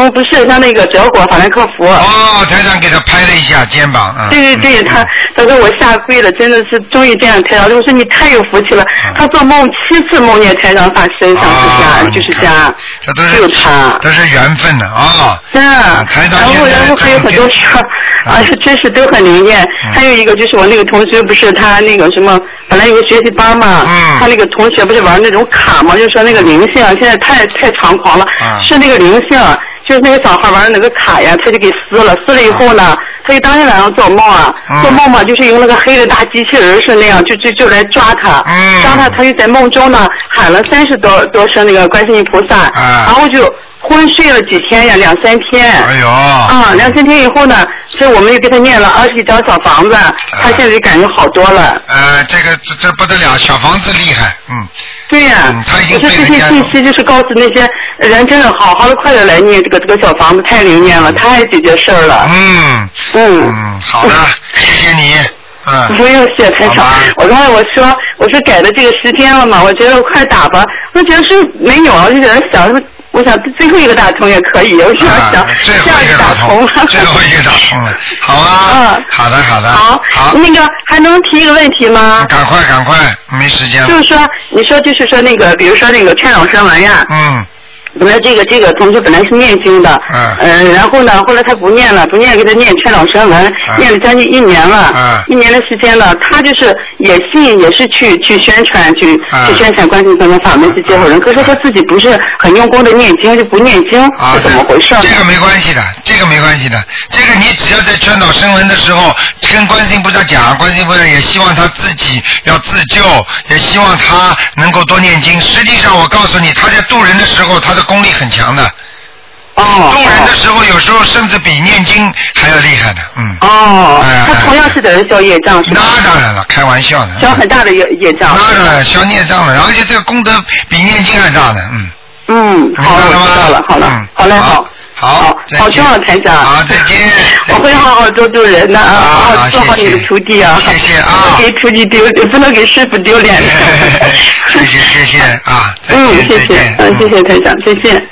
Speaker 14: 嗯，不是，他那个德国法兰克福。
Speaker 1: 哦，台长给他拍了一下肩膀啊。
Speaker 14: 对对对，他他说我下跪了，真的是终于这样台长，我说你太有福气了。
Speaker 1: 啊
Speaker 14: 他做梦七次梦见台长法身上是这样，就是这样。
Speaker 1: 这都是啊都是缘分的啊。
Speaker 14: 嗯，
Speaker 1: 台长
Speaker 14: 然
Speaker 1: 现
Speaker 14: 后然
Speaker 1: 在
Speaker 14: 后还有很多事儿， 啊，真是都很灵验。
Speaker 1: 嗯
Speaker 14: 还有一个就是我那个同学，不是他那个什么，本来有个学习班嘛，
Speaker 1: 嗯
Speaker 14: 他那个同学不是玩那种卡嘛，就说那个灵性啊现在太太猖狂了，
Speaker 1: 嗯
Speaker 14: 是那个灵性啊。就是那个小孩玩的那个卡呀，他就给撕了，撕了以后
Speaker 1: 嗯
Speaker 14: 呢，他就当天晚上做梦啊，做梦嘛，就是有那个黑的大机器人是那样，就就就来抓他，
Speaker 1: 嗯
Speaker 14: 抓他，他就在梦中呢喊了三十多多声那个观世音菩萨，然后就昏睡了几天呀，两三天，
Speaker 1: 嗯哎呦，
Speaker 14: 啊，两三天以后呢，这我们又给他念了二十一张小房子，
Speaker 1: 啊
Speaker 14: 他现在就感觉好多了。
Speaker 1: 呃，这个这这不得了，小房子厉害，嗯。
Speaker 14: 对呀、
Speaker 1: 嗯他已经
Speaker 14: 我说
Speaker 1: 被
Speaker 14: 这
Speaker 1: 人
Speaker 14: 些
Speaker 1: 家
Speaker 14: 信息就是告诉那些人，真的好好的快点来念这个这个小房子，太灵验了，太解决事儿了。
Speaker 1: 嗯
Speaker 14: 嗯
Speaker 1: 嗯，好 的，谢谢你，嗯。
Speaker 14: 不用谢台长，我刚才我说我说改了这个时间了嘛，我觉得我快打吧，我觉得是没有啊，我就在那想说，我想最后一个打通也可以，我想
Speaker 1: 啊
Speaker 14: 想、
Speaker 1: 最后一个打通了，最后一个打通了，好
Speaker 14: 嗯
Speaker 1: 啊，好的好的，好，
Speaker 14: 那个还能提一个问题吗？
Speaker 1: 赶快赶快，没时间
Speaker 14: 就
Speaker 1: 了，
Speaker 14: 是说，你说就是说那个，比如说那个劝导声文呀，
Speaker 1: 嗯，
Speaker 14: 我说这个这个同学本来是念经的，
Speaker 1: 嗯
Speaker 14: 嗯，然后呢，后来他不念了，不念给他念劝导声文，
Speaker 1: 嗯
Speaker 14: 念了将近一年了，一年的时间了，他就是也信，也是去去宣传，去、
Speaker 1: 嗯
Speaker 14: 去宣传观世音菩萨法门去接受人，可是他自己不是很用功的念经，就不念经，
Speaker 1: 啊
Speaker 14: 是怎么回事呢？
Speaker 1: 这个没关系的，啊这个没关系的，这个你只要在劝导声闻的时候跟观世音菩萨讲，观世音菩萨也希望他自己要自救，也希望他能够多念经。实际上，我告诉你，他在渡人的时候，他的功力很强的。
Speaker 14: 哦。
Speaker 1: 渡人的时候，有时候甚至比念经还要厉害的，嗯。
Speaker 14: 哦，他同样是在这消业障，是吧？
Speaker 1: 那当然了，开玩笑呢。
Speaker 14: 消很大的业业障。
Speaker 1: 那当然，消孽障了，而且这个功德比念经还大呢，嗯。
Speaker 14: 嗯，好，我知道了，好了，好嘞，好，
Speaker 1: 好，
Speaker 14: 好，希望台长，
Speaker 1: 好，再 见，
Speaker 14: 我会好好做做人的啊，好好做好你的徒弟啊，谢
Speaker 1: 谢啊，
Speaker 14: 不能 给徒弟丢，不能给师傅丢 脸。
Speaker 1: 谢谢谢谢啊，再
Speaker 14: 嗯，
Speaker 1: 见
Speaker 14: 谢
Speaker 1: 再
Speaker 14: 谢
Speaker 1: 见，，
Speaker 14: 嗯，谢谢台长，再见。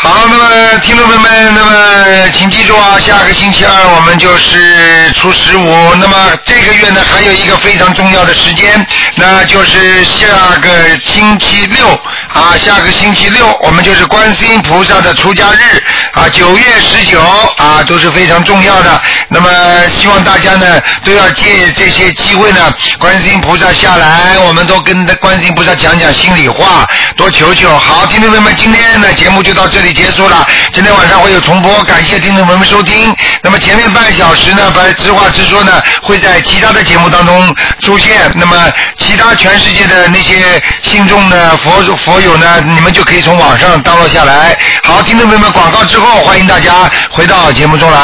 Speaker 1: 好，那么听众朋友们，那么请记住啊，下个星期二我们就是初十五。那么这个月呢，还有一个非常重要的时间，那就是下个星期六啊，下个星期六我们就是观世音菩萨的出家日啊，九月十九啊，都是非常重要的。那么希望大家呢都要借这些机会呢，观世音菩萨下来，我们都跟观世音菩萨讲讲心里话，多求求。好，听众朋友们，今天的节目就到这里结束了。今天晚上会有重播，感谢听众朋友们收听。那么前面半小时呢，白直话直说呢，会在其他的节目当中出现。那么其他全世界的那些信众呢，佛佛友呢，你们就可以从网上 download 下来。好，听众朋友们，广告之后，欢迎大家回到节目中来。